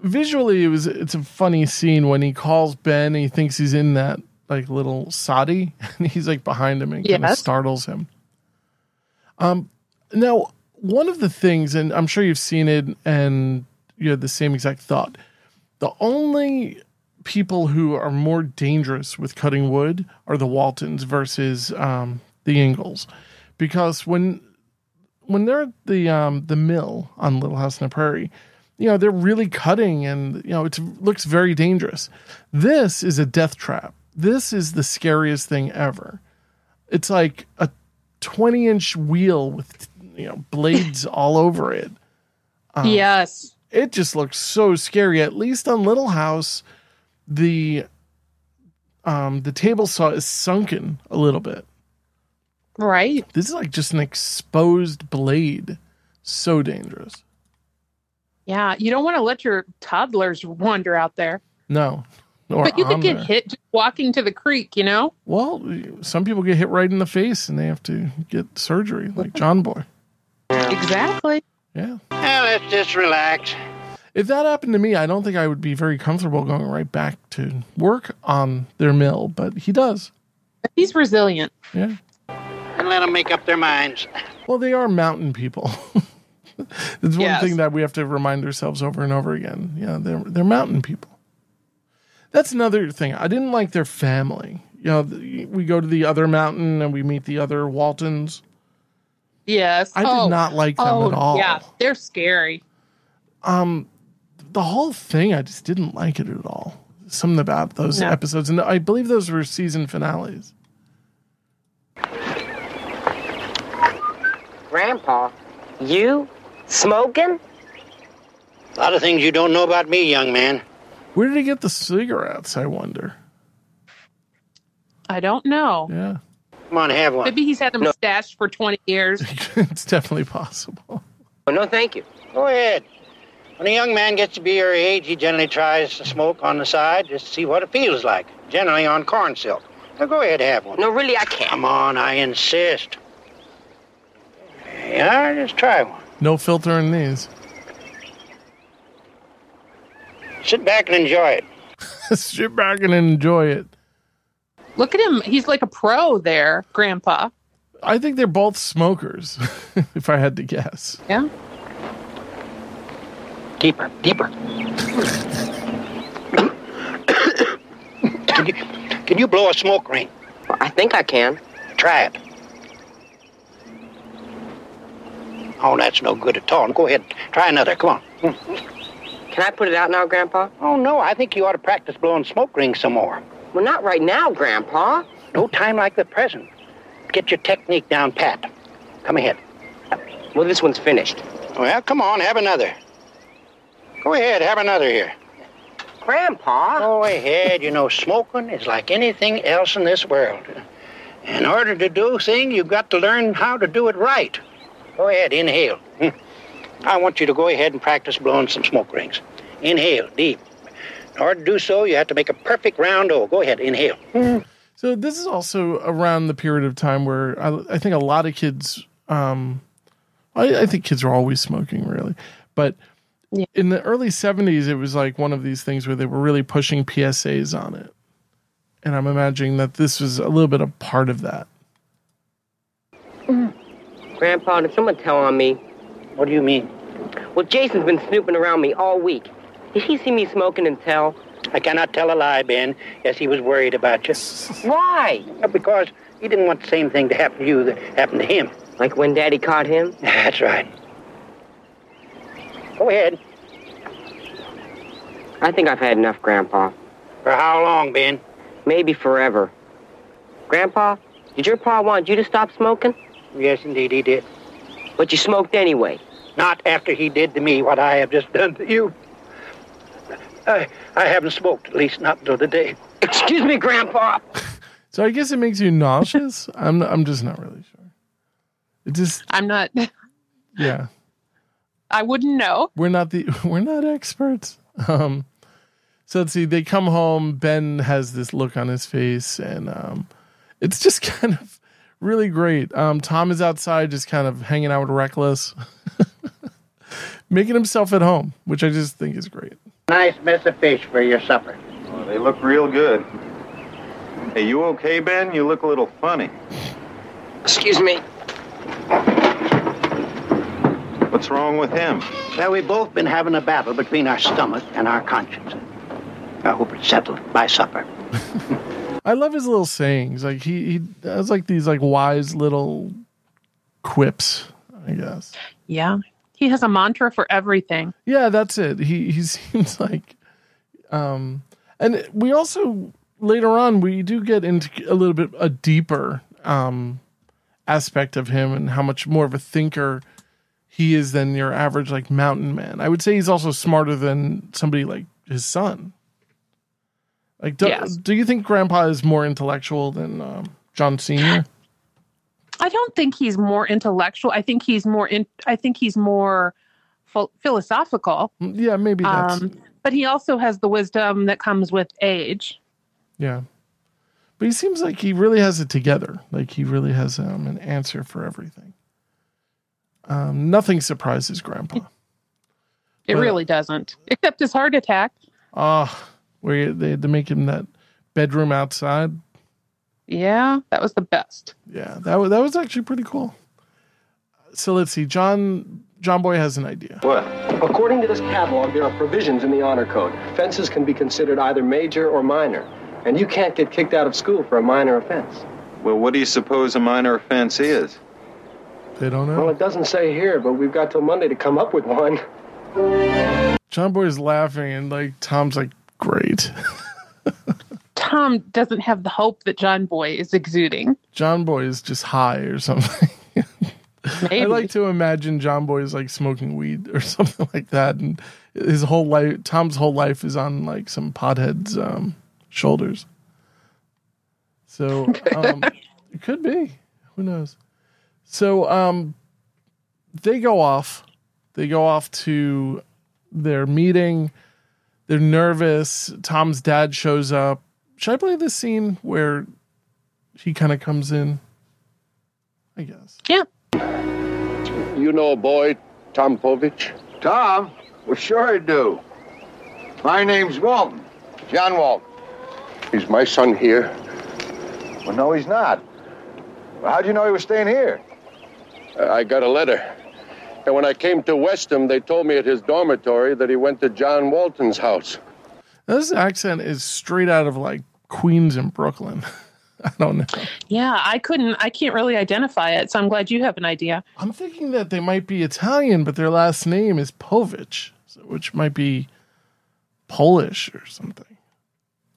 [SPEAKER 5] Visually, it was it's a funny scene when he calls Ben and he thinks he's in that like little soddy and he's like behind him and it kind of
[SPEAKER 3] Yes.
[SPEAKER 5] startles him. Um, now one of the things, and I'm sure you've seen it, and you had the same exact thought. The only people who are more dangerous with cutting wood are the Waltons versus um, the Ingalls, because when when they're at the um, the mill on Little House on the Prairie, you know they're really cutting, and you know it looks very dangerous. This is a death trap. This is the scariest thing ever. It's like a twenty inch wheel with you know blades all over it. Um,
[SPEAKER 3] yes.
[SPEAKER 5] It just looks so scary. At least on Little House, the um the table saw is sunken a little bit.
[SPEAKER 3] Right.
[SPEAKER 5] This is like just an exposed blade. So dangerous.
[SPEAKER 3] Yeah. You don't want to let your toddlers wander out there.
[SPEAKER 5] No. Or
[SPEAKER 3] but you
[SPEAKER 5] on
[SPEAKER 3] could get
[SPEAKER 5] there.
[SPEAKER 3] hit just walking to the creek, you know?
[SPEAKER 5] Well, some people get hit right in the face and they have to get surgery, like John Boy.
[SPEAKER 3] Exactly.
[SPEAKER 5] Yeah.
[SPEAKER 9] Now let's just relax.
[SPEAKER 5] If that happened to me, I don't think I would be very comfortable going right back to work on their mill, but he does.
[SPEAKER 3] He's resilient.
[SPEAKER 5] Yeah.
[SPEAKER 9] and let them make up their minds.
[SPEAKER 5] Well, they are mountain people. It's one
[SPEAKER 9] Yes.
[SPEAKER 5] thing that we have to remind ourselves over and over again. Yeah, they're they're mountain people. That's another thing. I didn't like their family. You know, the, we go to the other mountain and we meet the other Waltons.
[SPEAKER 3] Yes.
[SPEAKER 5] I did
[SPEAKER 3] Oh.
[SPEAKER 5] not like them
[SPEAKER 3] oh,
[SPEAKER 5] at all.
[SPEAKER 3] Yeah. They're scary.
[SPEAKER 5] Um, the whole thing, I just didn't like it at all. Something about those
[SPEAKER 3] No.
[SPEAKER 5] episodes, and I believe those were season finales.
[SPEAKER 13] Grandpa, you smoking?
[SPEAKER 9] A lot of things you don't know about me, young man.
[SPEAKER 5] Where did he get the cigarettes? I wonder.
[SPEAKER 3] I don't know.
[SPEAKER 5] Yeah,
[SPEAKER 9] Come on, have one.
[SPEAKER 3] Maybe he's had them
[SPEAKER 11] No.
[SPEAKER 3] stashed for 20 years.
[SPEAKER 5] it's definitely possible.
[SPEAKER 11] Oh, no, thank you.
[SPEAKER 9] Go ahead. When a young man gets to be your age, he generally tries to smoke on the side just to see what it feels like, generally on corn silk. Now go ahead, have one.
[SPEAKER 11] No, really, I can't.
[SPEAKER 9] Come on, I insist. Yeah, just try one.
[SPEAKER 5] No filter in these.
[SPEAKER 9] Sit back and enjoy it.
[SPEAKER 5] Sit back and enjoy it.
[SPEAKER 3] Look at him. He's like a pro there, Grandpa.
[SPEAKER 5] I think they're both smokers, if I had to guess.
[SPEAKER 3] Yeah.
[SPEAKER 9] Deeper, deeper. can, you, can you blow a smoke ring?
[SPEAKER 11] I think I can.
[SPEAKER 9] Try it. Oh, that's no good at all. Go ahead, try another. Come on. Hmm.
[SPEAKER 11] Can I put it out now, Grandpa?
[SPEAKER 9] Oh no, I think you ought to practice blowing smoke rings some more.
[SPEAKER 11] Well, not right now, Grandpa.
[SPEAKER 9] No time like the present. Get your technique down pat. Come ahead.
[SPEAKER 11] Well, this one's finished.
[SPEAKER 9] Well, come on, have another. Go ahead, have another here. Grandpa? Go ahead. You know, smoking is like anything else in this world. In order to do thing, you've got to learn how to do it right. Go ahead, inhale. Hmm. I want you to go ahead and practice blowing some smoke rings. Inhale, deep. In order to do so, you have to make a perfect round O. Go ahead, inhale.
[SPEAKER 5] So this is also around the period of time where I, I think a lot of kids, um, I, I think kids are always smoking really, but in the early seventies, it was like one of these things where they were really pushing PSAs on it, and I'm imagining that this was a little bit a part of that.
[SPEAKER 11] Grandpa, did someone tell on me?
[SPEAKER 9] What do you mean?
[SPEAKER 11] Well, Jason's been snooping around me all week. Did he see me smoking and tell?
[SPEAKER 9] I cannot tell a lie, Ben. Yes, he was worried about you.
[SPEAKER 11] Why?
[SPEAKER 9] Because he didn't want the same thing to happen to you that happened to him.
[SPEAKER 11] Like when Daddy caught him?
[SPEAKER 9] That's right. Go ahead.
[SPEAKER 11] I think I've had enough, Grandpa.
[SPEAKER 9] For how long, Ben?
[SPEAKER 11] Maybe forever. Grandpa, did your pa want you to stop smoking?
[SPEAKER 9] Yes, indeed, he did.
[SPEAKER 11] But you smoked anyway.
[SPEAKER 9] Not after he did to me what I have just done to you. I, I haven't smoked, at least not till today.
[SPEAKER 11] Excuse me, Grandpa.
[SPEAKER 5] So I guess it makes you nauseous. I'm I'm just not really sure. It just
[SPEAKER 3] I'm not.
[SPEAKER 5] yeah.
[SPEAKER 3] I wouldn't know.
[SPEAKER 5] We're not the we're not experts. Um, so let's see. They come home. Ben has this look on his face, and um, it's just kind of really great. Um, Tom is outside, just kind of hanging out with Reckless, making himself at home, which I just think is great.
[SPEAKER 21] Nice mess of fish for your supper.
[SPEAKER 12] Well, they look real good. Hey, you okay, Ben? You look a little funny.
[SPEAKER 11] Excuse me.
[SPEAKER 12] What's wrong with him?
[SPEAKER 9] Well, we've both been having a battle between our stomach and our conscience. I hope it's settled by supper.
[SPEAKER 5] I love his little sayings. Like he he has like these like wise little quips. I guess.
[SPEAKER 3] Yeah. He has a mantra for everything.
[SPEAKER 5] Yeah, that's it. He he seems like um and we also later on we do get into a little bit a deeper um aspect of him and how much more of a thinker he is than your average like mountain man. I would say he's also smarter than somebody like his son. Like do,
[SPEAKER 3] Yes.
[SPEAKER 5] do you think grandpa is more intellectual than um, John Senior?
[SPEAKER 3] I don't think he's more intellectual. I think he's more in. I think he's more phil- philosophical.
[SPEAKER 5] Mm,
[SPEAKER 3] Um,
[SPEAKER 5] Yeah, maybe that's-
[SPEAKER 3] but he also has the wisdom that comes with age.
[SPEAKER 5] Yeah. But he seems like he really has it together. Like he really has um, an answer for everything. Um, nothing surprises Grandpa.
[SPEAKER 3] It
[SPEAKER 5] But-
[SPEAKER 3] really doesn't, except his heart attack.
[SPEAKER 5] Ah, where they had to make him that bedroom outside.
[SPEAKER 3] Yeah, that was the best.
[SPEAKER 5] Yeah, that was that was actually pretty cool. So let's see. John John Boy has an idea.
[SPEAKER 8] What? According to this catalog, there are provisions in the honor code. Fences can be considered either major or minor, and you can't get kicked out of school for a minor offense.
[SPEAKER 12] Well, what do you suppose a minor offense is?
[SPEAKER 5] They don't know.
[SPEAKER 8] Well, it doesn't say here, but we've got till Monday to come up with one.
[SPEAKER 5] John Boy is laughing and like Tom's like, great.
[SPEAKER 3] Tom doesn't have the hope that John Boy is exuding.
[SPEAKER 5] John Boy is just high or something. I like to imagine John Boy is like smoking weed or something like that, and his whole life, Tom's whole life is on like some pothead's um, shoulders. So um, it could be. Who knows? So um, they go off. They go off to their meeting. They're nervous. Tom's dad shows up. Should I play this scene where he kind of comes in? I guess.
[SPEAKER 3] Yeah.
[SPEAKER 6] You know a boy, Tom Povich?
[SPEAKER 22] Tom? Well, sure I do. My name's Walton. John Walton.
[SPEAKER 6] Is my son here?
[SPEAKER 22] Well, no, he's not. Well, how'd you know he was staying here?
[SPEAKER 6] Uh, I I got a letter. And when I came to Westham, they told me at his dormitory that he went to John Walton's house.
[SPEAKER 5] This accent is straight out of like Queens and Brooklyn. I don't know.
[SPEAKER 3] Yeah, I couldn't. I can't really identify it, so I'm glad you have an idea.
[SPEAKER 5] I'm thinking that they might be Italian, but their last name is Povich, so- which might be Polish or something.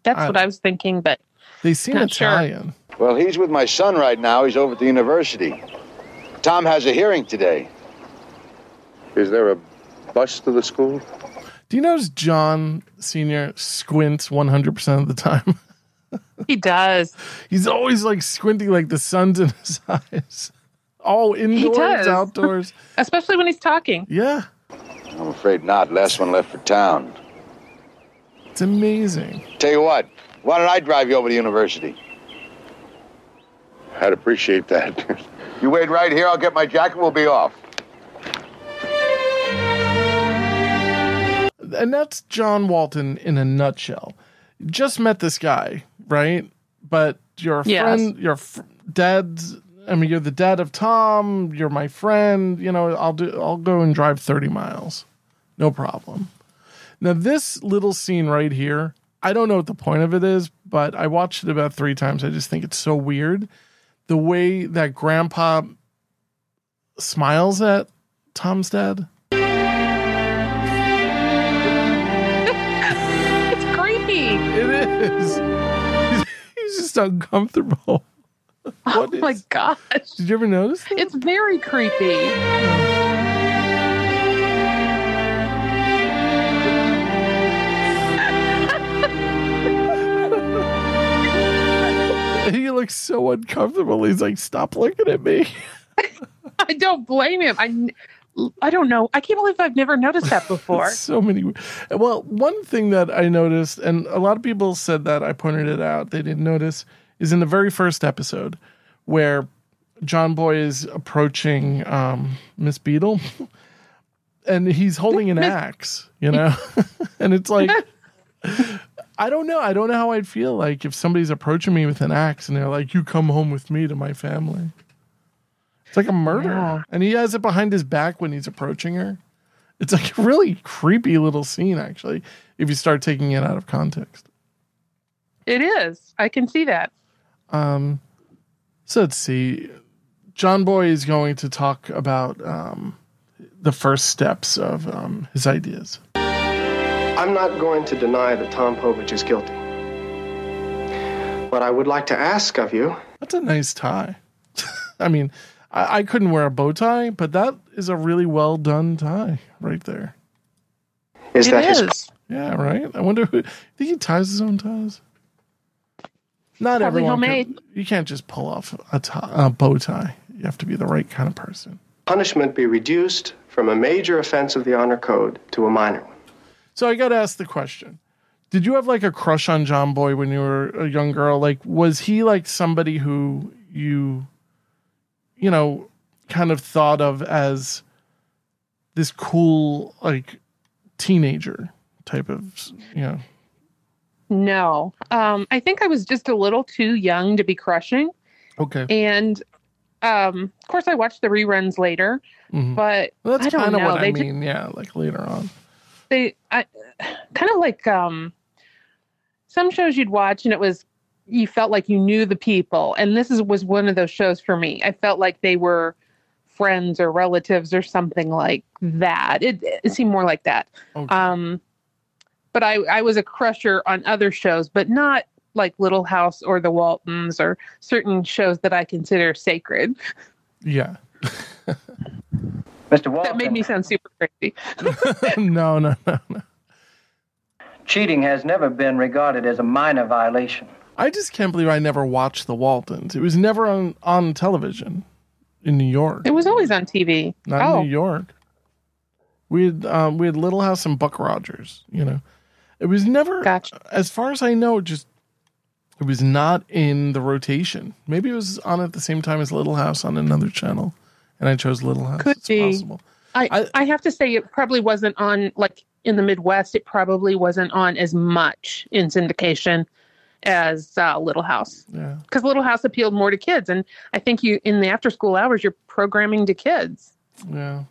[SPEAKER 3] That's
[SPEAKER 5] I-
[SPEAKER 3] what I was thinking, but
[SPEAKER 5] They seem
[SPEAKER 3] Not sure.
[SPEAKER 5] Italian.
[SPEAKER 22] Well, he's with my son right now. He's over at the university. Tom has a hearing today.
[SPEAKER 6] Is there a bus to the school?
[SPEAKER 5] Do you notice John Sr. squints 100% of the time?
[SPEAKER 3] He does.
[SPEAKER 5] He's always like squinting, like the sun's in his eyes. All indoors, outdoors.
[SPEAKER 3] Especially when he's talking.
[SPEAKER 5] Yeah.
[SPEAKER 22] I'm afraid not. Last one left for town.
[SPEAKER 5] It's amazing.
[SPEAKER 22] Tell you what, why don't I drive you over to university?
[SPEAKER 6] I'd appreciate that.
[SPEAKER 22] You wait right here. I'll get my jacket. We'll be off.
[SPEAKER 5] and that's John Walton in a nutshell. Just met this guy, right? But you're a
[SPEAKER 1] Yes.
[SPEAKER 5] friend, you're fr- dad's. I mean, you're the dad of Tom. You're my friend. You know, I'll do. I'll go and drive thirty miles, no problem. Now this little scene right here, I don't know what the point of it is, but I watched it about three times. I just think it's so weird, the way that Grandpa smiles at Tom's dad.
[SPEAKER 3] It's creepy.
[SPEAKER 5] It is. He's just uncomfortable.
[SPEAKER 3] Oh my gosh.
[SPEAKER 5] Did you ever notice?
[SPEAKER 3] It's very creepy.
[SPEAKER 5] He looks so uncomfortable. He's like, "Stop looking at me."
[SPEAKER 3] I don't blame him. I, n- I don't know. I can't believe I've never noticed that before.
[SPEAKER 5] so many. Well, one thing that I noticed, and a lot of people said that I pointed it out, they didn't notice, is in the very first episode where John Boy is approaching um, Miss Beadle, and he's holding an axe, you know, and it's like. I don't know. I don't know how I'd feel like if somebody's approaching me with an axe and they're like, "You come home with me to my family." It's like a murder,
[SPEAKER 1] Yeah.
[SPEAKER 5] and he has it behind his back when he's approaching her. It's like a really creepy little scene, actually, if you start taking it out of context.
[SPEAKER 3] It is. I can see that.
[SPEAKER 5] Um, so let's see. John Boy is going to talk about um, the first steps of um, his ideas.
[SPEAKER 8] I'm not going to deny that Tom Povich is guilty. But I would like to ask of you.
[SPEAKER 5] That's a nice tie. I mean, I, I couldn't wear a bow tie, but that is a really well done tie right there.
[SPEAKER 8] Is It that his-
[SPEAKER 3] his?
[SPEAKER 5] Yeah, right. I wonder who. Think he ties his own ties. Not
[SPEAKER 3] Probably
[SPEAKER 5] everyone. could-
[SPEAKER 3] homemade.
[SPEAKER 5] you can't just pull off a, tie, a bow tie. You have to be the right kind of person.
[SPEAKER 8] punishment be reduced from a major offense of the honor code to a minor one.
[SPEAKER 5] So I got to ask the question. Did you have like a crush on John Boy when you were a young girl? Like was he like somebody who you you know kind of thought of as this cool like teenager type of, s- you know.
[SPEAKER 3] No. Um, I think I was just a little too young to be crushing.
[SPEAKER 5] Okay.
[SPEAKER 3] And um, of course, I watched the reruns later,
[SPEAKER 5] Mhm.
[SPEAKER 3] but
[SPEAKER 5] Well, that's
[SPEAKER 3] I don't
[SPEAKER 5] kind of
[SPEAKER 3] know.
[SPEAKER 5] what
[SPEAKER 3] they
[SPEAKER 5] I
[SPEAKER 3] did-
[SPEAKER 5] mean, yeah, like later on.
[SPEAKER 3] they I kind of like um some shows you'd watch and it was you felt like you knew the people and this is was one of those shows for me. I felt like they were friends or relatives or something like that. It, it seemed more like that. Um but I I was a crusher on other shows but not like Little House or The Waltons or certain shows that I consider sacred.
[SPEAKER 5] Yeah.
[SPEAKER 16] Mr. Walton.
[SPEAKER 3] That made me sound super crazy.
[SPEAKER 5] no, no, no, no.
[SPEAKER 16] Cheating has never been regarded as a minor violation.
[SPEAKER 5] I just can't believe I never watched The Waltons. It was never on on television in New York.
[SPEAKER 3] It was always on TV.
[SPEAKER 5] not
[SPEAKER 3] oh,
[SPEAKER 5] in New York. We had um, we had Little House and Buck Rogers. You know, it was never as far as I know. Just it was not in the rotation. Maybe it was on at the same time as Little House on another channel, and I chose Little House.
[SPEAKER 3] Could
[SPEAKER 5] it's
[SPEAKER 3] be.
[SPEAKER 5] possible.
[SPEAKER 3] I, I have to say it probably wasn't on like in the Midwest. It probably wasn't on as much in syndication as uh, Little House
[SPEAKER 5] Yeah.
[SPEAKER 3] because Little House appealed more to kids, and I think you in the after school hours you're programming to kids.
[SPEAKER 5] Yeah.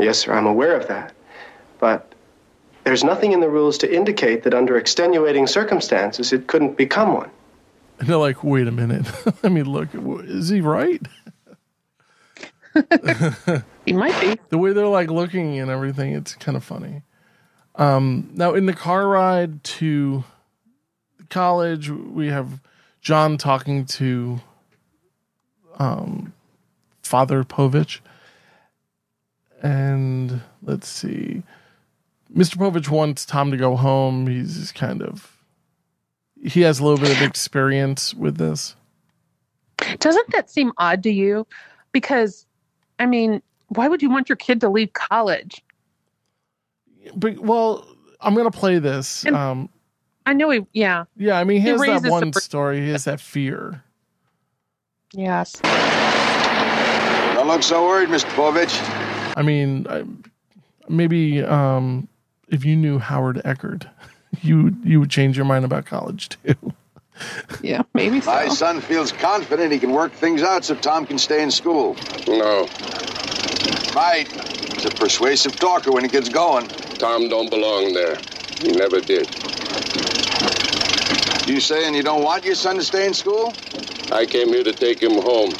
[SPEAKER 8] Yes, sir, I'm aware of that. But there's nothing in the rules to indicate that under extenuating circumstances it couldn't become one.
[SPEAKER 5] And they're like, wait a minute. Let me look. Is he right?
[SPEAKER 3] he might be.
[SPEAKER 5] The way they're like looking and everything, it's kind of funny. Um, now, in the car ride to college, we have John talking to um, Father Povich. And let's see. Mr. Povich wants Tom to go home. He's kind of, he has a little bit of experience with this.
[SPEAKER 3] Doesn't that seem odd to you? Because, I mean, why would you want your kid to leave college?
[SPEAKER 5] But, well, I'm going to play this. Um,
[SPEAKER 3] I know he, yeah.
[SPEAKER 5] yeah, I mean, he
[SPEAKER 3] It
[SPEAKER 5] has that
[SPEAKER 3] raises the
[SPEAKER 5] one
[SPEAKER 3] br-
[SPEAKER 5] story. He has that fear.
[SPEAKER 3] Yes.
[SPEAKER 22] Don't look so worried, Mr. Povich.
[SPEAKER 5] I mean, I, maybe um, if you knew Howard Eckerd, you you would change your mind about college too.
[SPEAKER 3] Yeah, maybe so.
[SPEAKER 22] My son feels confident he can work things out so Tom can stay in school. No. Right. He's a persuasive talker when he gets going.
[SPEAKER 6] Tom don't belong there. He never did.
[SPEAKER 22] You saying you don't want your son to stay in school?
[SPEAKER 6] I came here to take him home,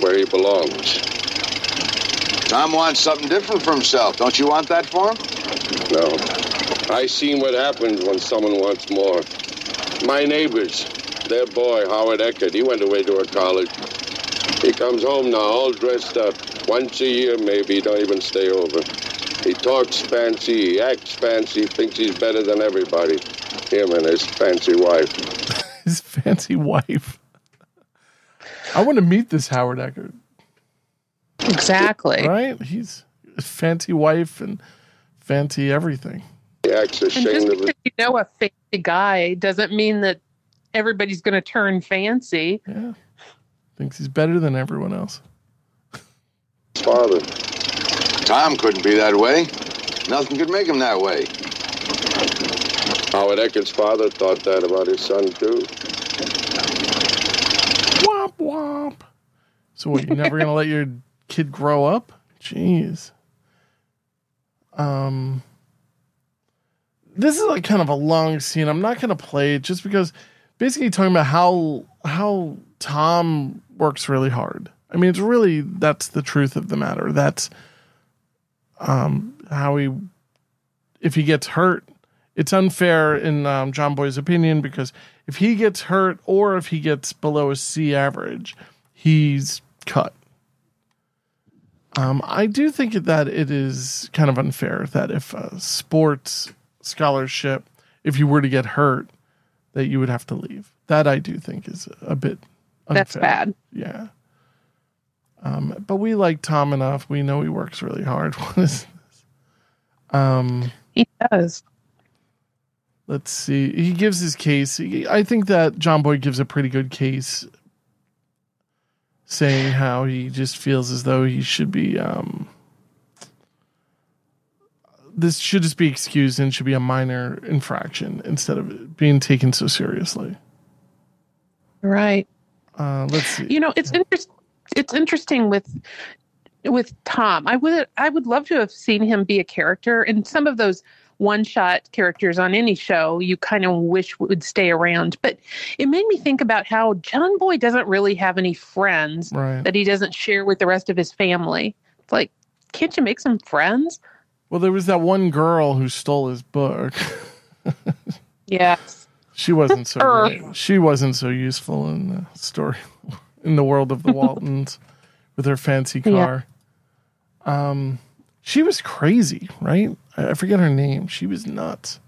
[SPEAKER 6] where he belongs.
[SPEAKER 22] Tom wants something different for himself. Don't you want that for him?
[SPEAKER 6] No. I seen what happens when someone wants more. My neighbors, their boy, Howard Eckert, he went away to a college. He comes home now all dressed up. Once a year, maybe, he don't even stay over. He talks fancy, he acts fancy, thinks he's better than everybody. Him and his fancy wife.
[SPEAKER 5] His fancy wife. I want to meet this Howard Eckerd.
[SPEAKER 3] Exactly.
[SPEAKER 5] Right? He's a fancy wife and fancy everything.
[SPEAKER 6] He acts
[SPEAKER 3] And just
[SPEAKER 6] ashamed of
[SPEAKER 3] because you know a fancy guy doesn't mean that everybody's going to turn fancy.
[SPEAKER 5] Yeah. Thinks he's better than everyone else.
[SPEAKER 6] his father.
[SPEAKER 22] Tom couldn't be that way. Nothing could make him that way.
[SPEAKER 6] Howard Eckert's father thought that about his son, too.
[SPEAKER 5] Womp womp. So what, you're never gonna let your kid grow up? Jeez. Um This is like kind of a long scene. I'm not gonna play it just because basically talking about how how Tom works really hard. I mean it's really that's the truth of the matter. That's um how he if he gets hurt, it's unfair in um, John Boy's opinion because if he gets hurt or if he gets below a C average, he's cut. Um, I do think that it is kind of unfair that if a sports scholarship, if you were to get hurt, that you would have to leave. That I do think is a bit unfair.
[SPEAKER 3] That's bad.
[SPEAKER 5] Yeah. Um, but we like Tom enough. We know he works really hard. What is this? Um,
[SPEAKER 3] he does.
[SPEAKER 5] Let's see. He gives his case. He- I think that John Boy gives a pretty good case, saying how he just feels as though he should be. Um, this should just be excused and should be a minor infraction instead of it being taken so seriously.
[SPEAKER 3] Right.
[SPEAKER 5] Uh, let's see.
[SPEAKER 3] You know, it's interesting. It's interesting with with Tom. I would I would love to have seen him be a character in some of those one shot characters on any show. You kind of wish would stay around, but it made me think about how John Boy doesn't really have any friends
[SPEAKER 5] Right.
[SPEAKER 3] that he doesn't share with the rest of his family. It's like, can't you make some friends?
[SPEAKER 5] Well, there was that one girl who stole his book.
[SPEAKER 3] Yes.
[SPEAKER 5] She wasn't so
[SPEAKER 3] Her.
[SPEAKER 5] great. she wasn't so useful in the story in the world of the Waltons with her fancy
[SPEAKER 3] Yeah.
[SPEAKER 5] car. Um she was crazy, right? I, I forget her name. She was nuts.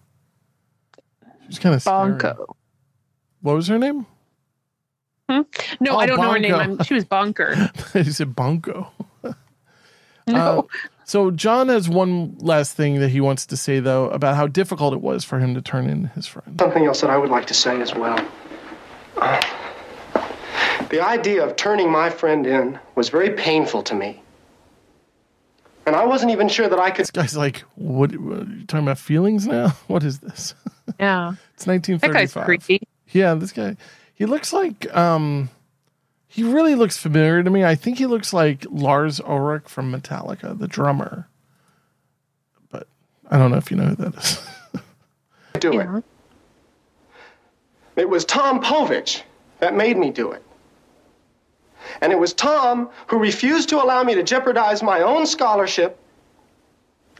[SPEAKER 5] She was kind of
[SPEAKER 3] Bonko.
[SPEAKER 5] What was her name?
[SPEAKER 3] Hmm? No,
[SPEAKER 5] Oh,
[SPEAKER 3] I don't know her name.
[SPEAKER 5] Bongo.
[SPEAKER 3] I'm, she was Bonker.
[SPEAKER 5] you said Bonko.
[SPEAKER 3] No.
[SPEAKER 5] Uh, so John has one last thing that he wants to say though about how difficult it was for him to turn in his friend.
[SPEAKER 8] Something else that I would like to say as well. Uh, the idea of turning my friend in was very painful to me. And I wasn't even sure that I could.
[SPEAKER 5] This guy's like, what, what are you talking about feelings now? What is this?
[SPEAKER 3] yeah.
[SPEAKER 5] It's 1935.
[SPEAKER 3] That guy's creepy.
[SPEAKER 5] Yeah, this guy. He looks like um he really looks familiar to me. I think he looks like Lars Ulrich from Metallica, the drummer. But I don't know if you know who that is.
[SPEAKER 8] do it. It was Tom Povich that made me do it. And it was Tom who refused to allow me to jeopardize my own scholarship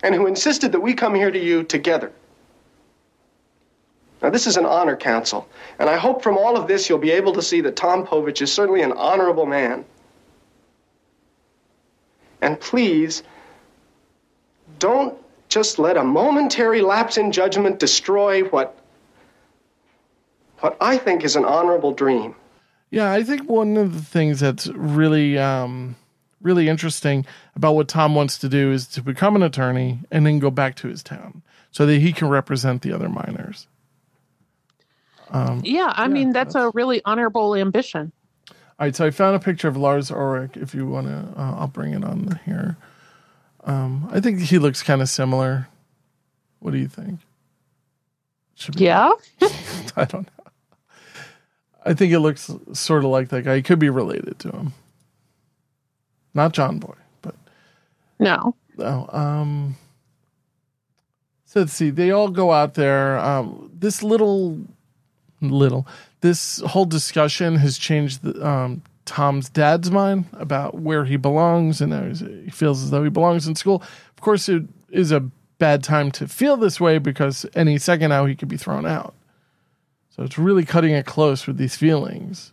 [SPEAKER 8] and who insisted that we come here to you together. Now, this is an honor council, and I hope from all of this you'll be able to see that Tom Povich is certainly an honorable man. And please, don't just let a momentary lapse in judgment destroy what. what I think is an honorable dream.
[SPEAKER 5] Yeah, I think one of the things that's really, um, really interesting about what Tom wants to do is to become an attorney and then go back to his town so that he can represent the other miners. Um,
[SPEAKER 3] Yeah, I mean that's, a really honorable ambition.
[SPEAKER 5] all right, so I found a picture of Lars Ulrich. If you want to, uh, I'll bring it on here. Um, I think he looks kind of similar. What do you think? Should be-
[SPEAKER 3] Yeah.
[SPEAKER 5] I don't know. I think it looks sort of like that guy. He could be related to him. Not John Boy, but
[SPEAKER 3] no,
[SPEAKER 5] no. Um, so let's see. They all go out there. Um, this little, little, this whole discussion has changed the, um, Tom's dad's mind about where he belongs, and now he's- he feels as though he belongs in school. Of course, it is a bad time to feel this way because any second now he could be thrown out. So it's really cutting it close with these feelings.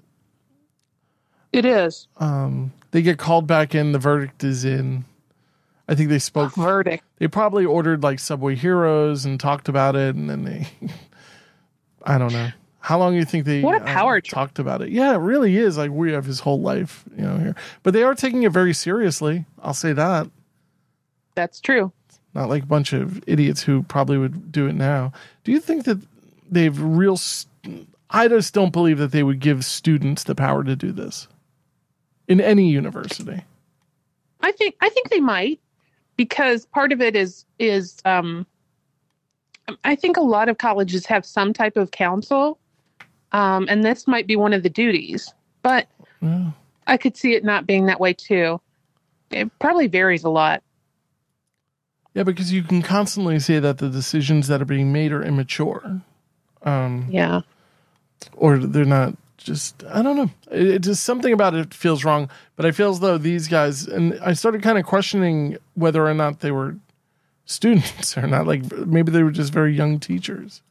[SPEAKER 3] It is.
[SPEAKER 5] Um, they get called back in. The verdict is in. I think they spoke
[SPEAKER 3] verdict.
[SPEAKER 5] They probably ordered like Subway Heroes and talked about it, and then they. I don't know. How long do you think they
[SPEAKER 3] What a
[SPEAKER 5] uh,
[SPEAKER 3] power
[SPEAKER 5] talked about it? Yeah, it really is. Like we have his whole life, you know, here. But they are taking it very seriously. I'll say that.
[SPEAKER 3] That's true.
[SPEAKER 5] Not like a bunch of idiots who probably would do it now. Do you think that they've real? St- I just don't believe that they would give students the power to do this in any university.
[SPEAKER 3] I think I think they might because part of it is is um, I think a lot of colleges have some type of counsel, um, and this might be one of the duties. But
[SPEAKER 5] Yeah.
[SPEAKER 3] I could see it not being that way too. It probably varies a lot.
[SPEAKER 5] Yeah, because you can constantly say that the decisions that are being made are immature. Um,
[SPEAKER 3] yeah.
[SPEAKER 5] Or they're not just, I don't know. It, it just something about it feels wrong. But I feel as though these guys, and I started kind of questioning whether or not they were students or not. Like maybe they were just very young teachers.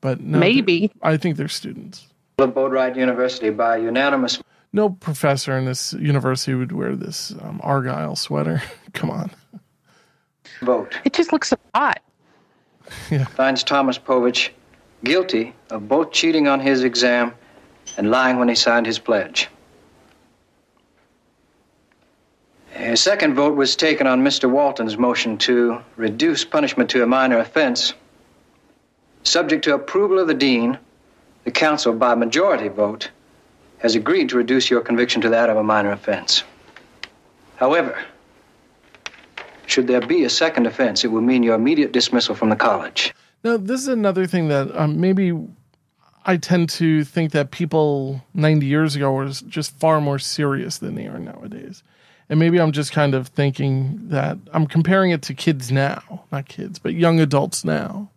[SPEAKER 5] But no, they're-
[SPEAKER 16] Maybe.
[SPEAKER 5] I think they're students.
[SPEAKER 16] Of Boatwright University by unanimous
[SPEAKER 5] No professor in this university would wear this um, Argyle sweater. Come on.
[SPEAKER 16] vote.
[SPEAKER 3] It just looks so hot.
[SPEAKER 16] Finds Thomas Povich guilty of both cheating on his exam and lying when he signed his pledge. A second vote was taken on Mr. Walton's motion to reduce punishment to a minor offense, subject to approval of the dean. The council, by majority vote, has agreed to reduce your conviction to that of a minor offense. However, should there be a second offense, it will mean your immediate dismissal from the college.
[SPEAKER 5] Now, this is another thing that um, maybe I tend to think that people 90 years ago were just far more serious than they are nowadays. And maybe I'm just kind of thinking that I'm comparing it to kids now, not kids, but young adults now.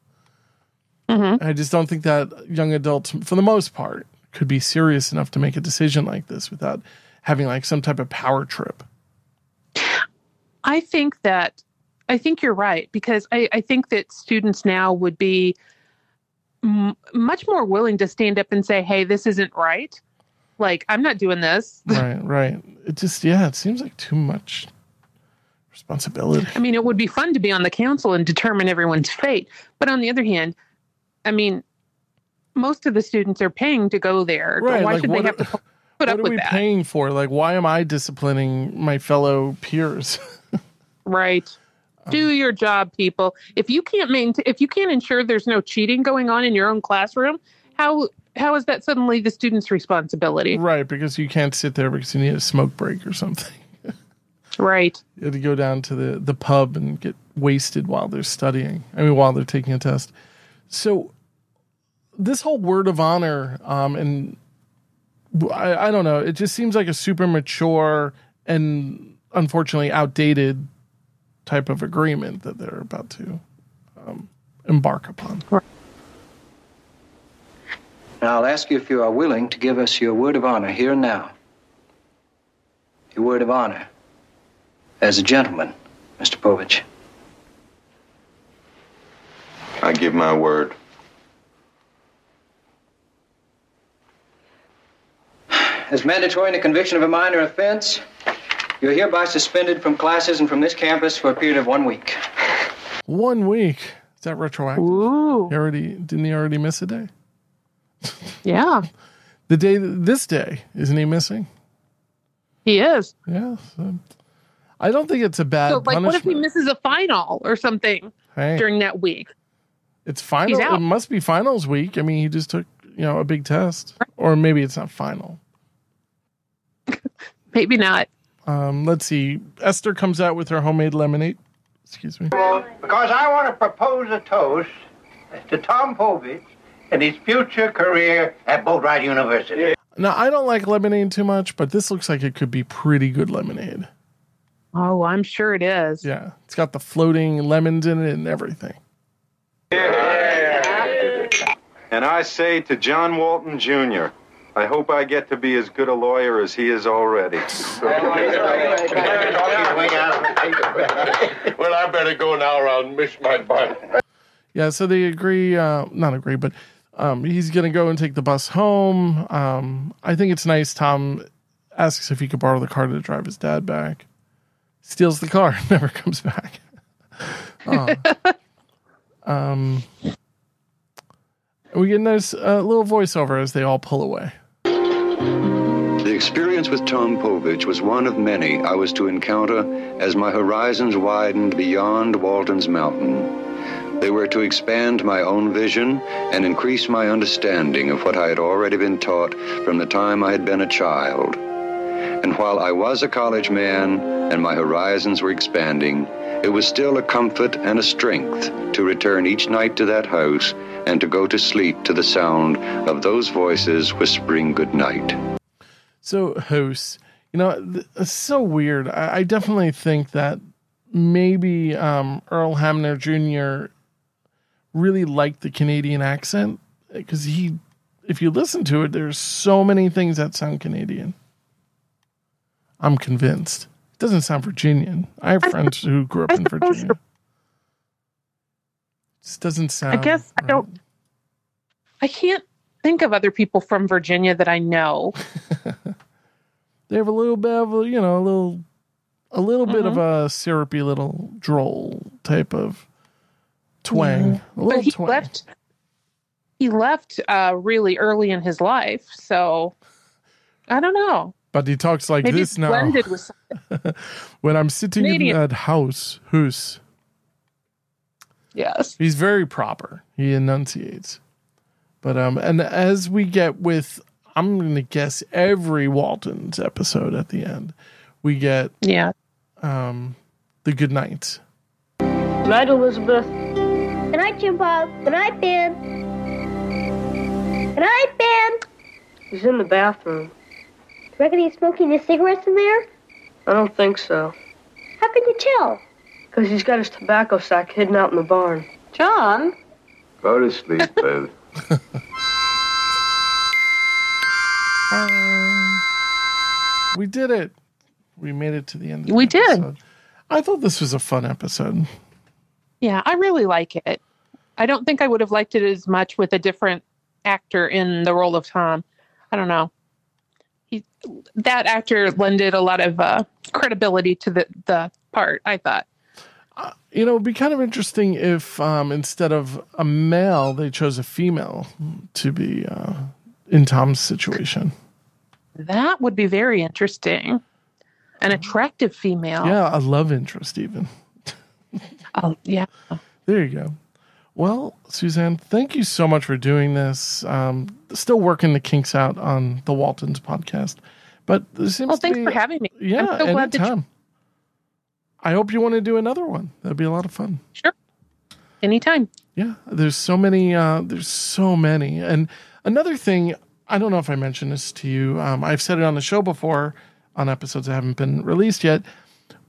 [SPEAKER 5] I just don't think that young adults, for the most part, could be serious enough to make a decision like this without having like some type of power trip.
[SPEAKER 3] I think that I think you're right because I, I think that students now would be m- much more willing to stand up and say, "Hey, this isn't right. Like, I'm not doing this."
[SPEAKER 5] right, right. It just, yeah, it seems like too much responsibility.
[SPEAKER 3] I mean, it would be fun to be on the council and determine everyone's fate, but on the other hand, I mean, most of the students are paying to go there.
[SPEAKER 5] Right,
[SPEAKER 3] Why
[SPEAKER 5] like,
[SPEAKER 3] should they
[SPEAKER 5] what-
[SPEAKER 3] have to pu- put
[SPEAKER 5] what
[SPEAKER 3] up
[SPEAKER 5] are
[SPEAKER 3] with
[SPEAKER 5] we
[SPEAKER 3] that?
[SPEAKER 5] paying for? Like, why am I disciplining my fellow peers?
[SPEAKER 3] Right.
[SPEAKER 5] Um,
[SPEAKER 3] Do your job, people. If you can't maintain, if you can't ensure there's no cheating going on in your own classroom, how how is that suddenly the student's responsibility?
[SPEAKER 5] right, because you can't sit there because you need a smoke break or something.
[SPEAKER 3] Right.
[SPEAKER 5] You had to go down to the, the pub and get wasted while they're studying. I mean, while they're taking a test. So, this whole word of honor, um, and I, I don't know, it just seems like a super mature and unfortunately outdated type of agreement that they're about to um, embark upon.
[SPEAKER 16] Now, I'll ask you if you are willing to give us your word of honor here and now. Your word of honor as a gentleman, Mr. Povich.
[SPEAKER 12] I give my word.
[SPEAKER 16] is mandatory in the conviction of a minor offense, you're hereby suspended from classes and from this campus for a period of one week.
[SPEAKER 5] One week. Is that retroactive? Ooh. already didn't he already miss a day?
[SPEAKER 3] Yeah.
[SPEAKER 5] The day this day isn't he missing?
[SPEAKER 3] He is.
[SPEAKER 5] Yeah. so- I don't think it's a bad
[SPEAKER 3] So, like, what if he
[SPEAKER 5] punishment.
[SPEAKER 3] misses a final or something
[SPEAKER 5] Hey.
[SPEAKER 3] during that week?
[SPEAKER 5] It's
[SPEAKER 3] He's
[SPEAKER 5] final.
[SPEAKER 3] out.
[SPEAKER 5] It must be finals week. I mean, he just took you know a big test, or maybe it's not final.
[SPEAKER 3] Maybe not.
[SPEAKER 5] Um, let's see. Esther comes out with her homemade lemonade. Excuse me.
[SPEAKER 1] Because I want to propose a toast to Tom Povich and his future career at Boatwright University.
[SPEAKER 5] Now I don't like lemonade too much, but this looks like it could be pretty good lemonade.
[SPEAKER 3] Oh, I'm sure it is.
[SPEAKER 5] Yeah, it's got the floating lemons in it and everything.
[SPEAKER 12] And I say to John Walton Jr., I hope I get to be as good a lawyer as he is already.
[SPEAKER 6] well, I better go now or I'll miss my bus.
[SPEAKER 5] Yeah, so they agree, uh, not agree, but um, he's going to go and take the bus home. Um, I think it's nice. Tom asks if he could borrow the car to drive his dad back, steals the car, never comes back. Uh, um, we get a nice uh, little voiceover as they all pull away.
[SPEAKER 4] The experience with Tom Povich was one of many I was to encounter as my horizons widened beyond Walton's Mountain. They were to expand my own vision and increase my understanding of what I had already been taught from the time I had been a child. And while I was a college man and my horizons were expanding, it was still a comfort and a strength to return each night to that house and to go to sleep to the sound of those voices whispering goodnight.
[SPEAKER 5] So hosts, you know, th- it's so weird. I, I definitely think that maybe um, Earl Hamner Jr. really liked the Canadian accent because he, if you listen to it, there's so many things that sound Canadian. I'm convinced. It doesn't sound Virginian. I have friends who grew up in Virginia. It just doesn't
[SPEAKER 3] I
[SPEAKER 5] sound.
[SPEAKER 3] guess I don't. I can't think of other people from Virginia that I know.
[SPEAKER 5] they have a little bit of a, you know a little a little bit of
[SPEAKER 3] Mm-hmm.
[SPEAKER 5] a syrupy little droll type of twang a little
[SPEAKER 3] but he
[SPEAKER 5] twang
[SPEAKER 3] left. He left uh, really early in his life, so I don't know.
[SPEAKER 5] but he talks like
[SPEAKER 3] Maybe
[SPEAKER 5] this
[SPEAKER 3] it's
[SPEAKER 5] now
[SPEAKER 3] blended with some-
[SPEAKER 5] when i'm sitting
[SPEAKER 3] Canadian.
[SPEAKER 5] in that house who's
[SPEAKER 3] yes
[SPEAKER 5] he's very proper he enunciates but um and as we get with i'm gonna guess every walton's episode at the end we get
[SPEAKER 3] yeah
[SPEAKER 5] um the good night
[SPEAKER 10] Night, Elizabeth. Good night, Jim Bob. Good night, Ben. Good night, Ben.
[SPEAKER 20] He's in the bathroom.
[SPEAKER 10] Reckon he's smoking his cigarettes in there?
[SPEAKER 20] I don't think so.
[SPEAKER 10] How can you tell?
[SPEAKER 20] Because he's got his tobacco sack hidden out in the barn.
[SPEAKER 10] John?
[SPEAKER 15] Go to sleep, Beth.
[SPEAKER 5] Um, we did it we made it to the end of
[SPEAKER 3] We
[SPEAKER 5] the
[SPEAKER 3] did.
[SPEAKER 5] episode. i thought this was a fun episode
[SPEAKER 3] Yeah, I really like it. I don't think I would have liked it as much with a different actor in the role of Tom. I don't know. He, that actor lended a lot of uh, credibility to the, the part, I thought.
[SPEAKER 5] you know, it'd be kind of interesting if um, instead of a male, they chose a female to be uh, in Tom's situation.
[SPEAKER 3] That would be very interesting. An attractive female.
[SPEAKER 5] Mm-hmm. Yeah, a love interest, even.
[SPEAKER 3] oh, yeah.
[SPEAKER 5] There you go. Well, Suzanne, thank you so much for doing this. Um, still working the kinks out on the Waltons podcast, but this seems
[SPEAKER 3] Well,
[SPEAKER 5] to
[SPEAKER 3] thanks
[SPEAKER 5] be-
[SPEAKER 3] for having me.
[SPEAKER 5] Yeah,
[SPEAKER 3] I'm so glad that you-
[SPEAKER 5] anytime. I hope you want to do another one. That'd be a lot of fun.
[SPEAKER 3] Sure. Anytime.
[SPEAKER 5] Yeah. There's so many. Uh, there's so many. And another thing, I don't know if I mentioned this to you. Um, I've said it on the show before on episodes that haven't been released yet.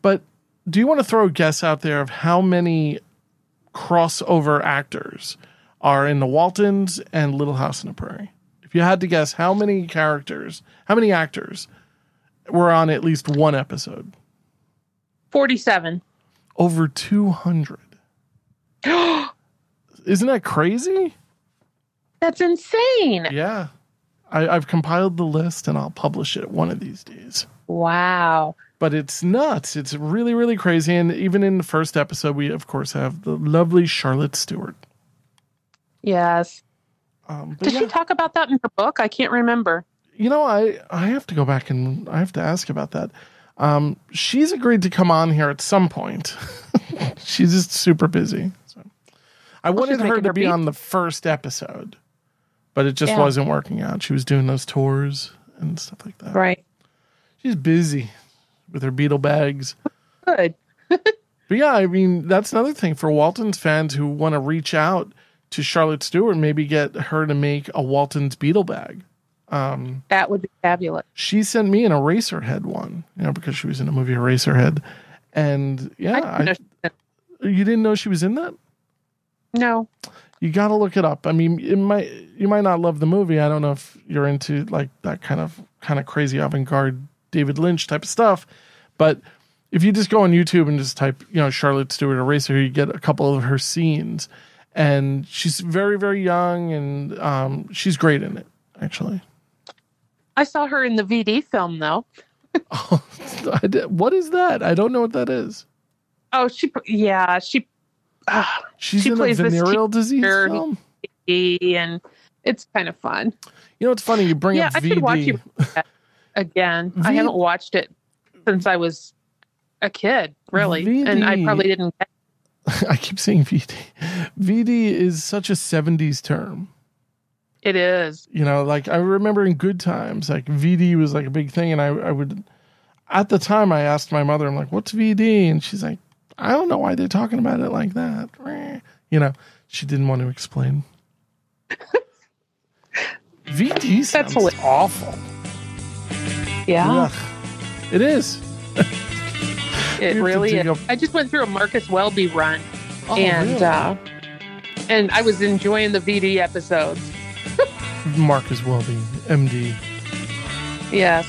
[SPEAKER 5] But do you want to throw a guess out there of how many crossover actors are in The Waltons and Little House on the Prairie? If you had to guess how many characters, how many actors were on at least one episode?
[SPEAKER 3] 47.
[SPEAKER 5] Over 200. Isn't that crazy?
[SPEAKER 3] That's insane.
[SPEAKER 5] Yeah. I, I've compiled the list and I'll publish it one of these days.
[SPEAKER 3] Wow.
[SPEAKER 5] But it's nuts. It's really, really crazy. And even in the first episode, we, of course, have the lovely Charlotte Stewart.
[SPEAKER 3] Yes.
[SPEAKER 5] Um,
[SPEAKER 3] Did she talk about that in her book? I can't remember.
[SPEAKER 5] you know, I I have to go back and I have to ask about that. Um, she's agreed to come on here at some point. she's just super busy. So
[SPEAKER 3] Oh,
[SPEAKER 5] I
[SPEAKER 7] Well, she's
[SPEAKER 5] wanted her
[SPEAKER 7] making
[SPEAKER 5] to
[SPEAKER 7] her
[SPEAKER 5] be
[SPEAKER 7] beat.
[SPEAKER 5] on the first episode, but it just
[SPEAKER 7] Yeah.
[SPEAKER 5] wasn't working out. She was doing those tours and stuff like that.
[SPEAKER 3] Right.
[SPEAKER 5] She's busy with her beetle bags.
[SPEAKER 3] Good.
[SPEAKER 5] But yeah, I mean, that's another thing for Walton's fans who want to reach out to Charlotte Stewart, maybe get her to make a Walton's beetle bag. Um,
[SPEAKER 3] that would be fabulous.
[SPEAKER 5] She sent me an Eraserhead one, you know, because she was in the movie Eraserhead. And yeah, I you didn't know she was in that?
[SPEAKER 3] No.
[SPEAKER 5] You got to look it up. I mean, it might you might not love the movie. I don't know if you're into like that kind of kind of crazy avant-garde David Lynch type of stuff, but if you just go on YouTube and just type, you know, Charlotte Stewart Eraser, you get a couple of her scenes and she's very very young and um she's great in it actually.
[SPEAKER 3] I saw her in the VD film, though.
[SPEAKER 5] I did, what is that? I don't know what that is.
[SPEAKER 3] Oh, she, yeah, she, ah,
[SPEAKER 5] She's
[SPEAKER 3] she
[SPEAKER 5] in a
[SPEAKER 3] plays this
[SPEAKER 5] venereal
[SPEAKER 3] teacher
[SPEAKER 5] disease
[SPEAKER 3] who's
[SPEAKER 5] film?
[SPEAKER 3] VD, and it's kind of fun.
[SPEAKER 5] You know, it's funny you bring
[SPEAKER 3] yeah,
[SPEAKER 5] up
[SPEAKER 3] I
[SPEAKER 5] VD.
[SPEAKER 3] should watch you again. I
[SPEAKER 5] V-
[SPEAKER 3] haven't watched it since I was a kid, really, and I
[SPEAKER 5] VD.
[SPEAKER 3] probably didn't get
[SPEAKER 5] I keep saying VD. VD is such a 70s term.
[SPEAKER 3] it. Is
[SPEAKER 5] You know, like I remember in good times, like VD was like a big thing. And I, I would, at the time, I asked my mother, I'm like, what's VD? And she's like, I don't know why they're talking about it like that. Meh. You know, she didn't want to explain. VD sounds awful.
[SPEAKER 3] yeah,
[SPEAKER 5] Ugh. It is.
[SPEAKER 3] it
[SPEAKER 5] You have to
[SPEAKER 3] really
[SPEAKER 5] dig
[SPEAKER 3] is.
[SPEAKER 5] up-
[SPEAKER 3] I just went through a Marcus Welby run,
[SPEAKER 5] Oh,
[SPEAKER 3] and
[SPEAKER 5] really?
[SPEAKER 3] uh, and I was enjoying the VD episodes.
[SPEAKER 5] Marcus Welby, MD.
[SPEAKER 3] Yes,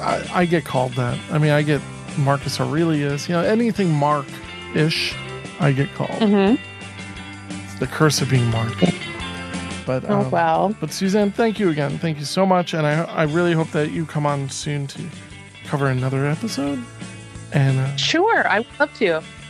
[SPEAKER 5] I, I get called that. I mean, I get Marcus Aurelius, you know, anything Mark ish, I get called.
[SPEAKER 3] Mhm.
[SPEAKER 5] It's the curse of being Mark. But, um,
[SPEAKER 3] Oh, well.
[SPEAKER 5] But, Suzanne, thank you again. Thank you so much. And I, I really hope that you come on soon to cover another episode. And uh,
[SPEAKER 3] sure, I would love to.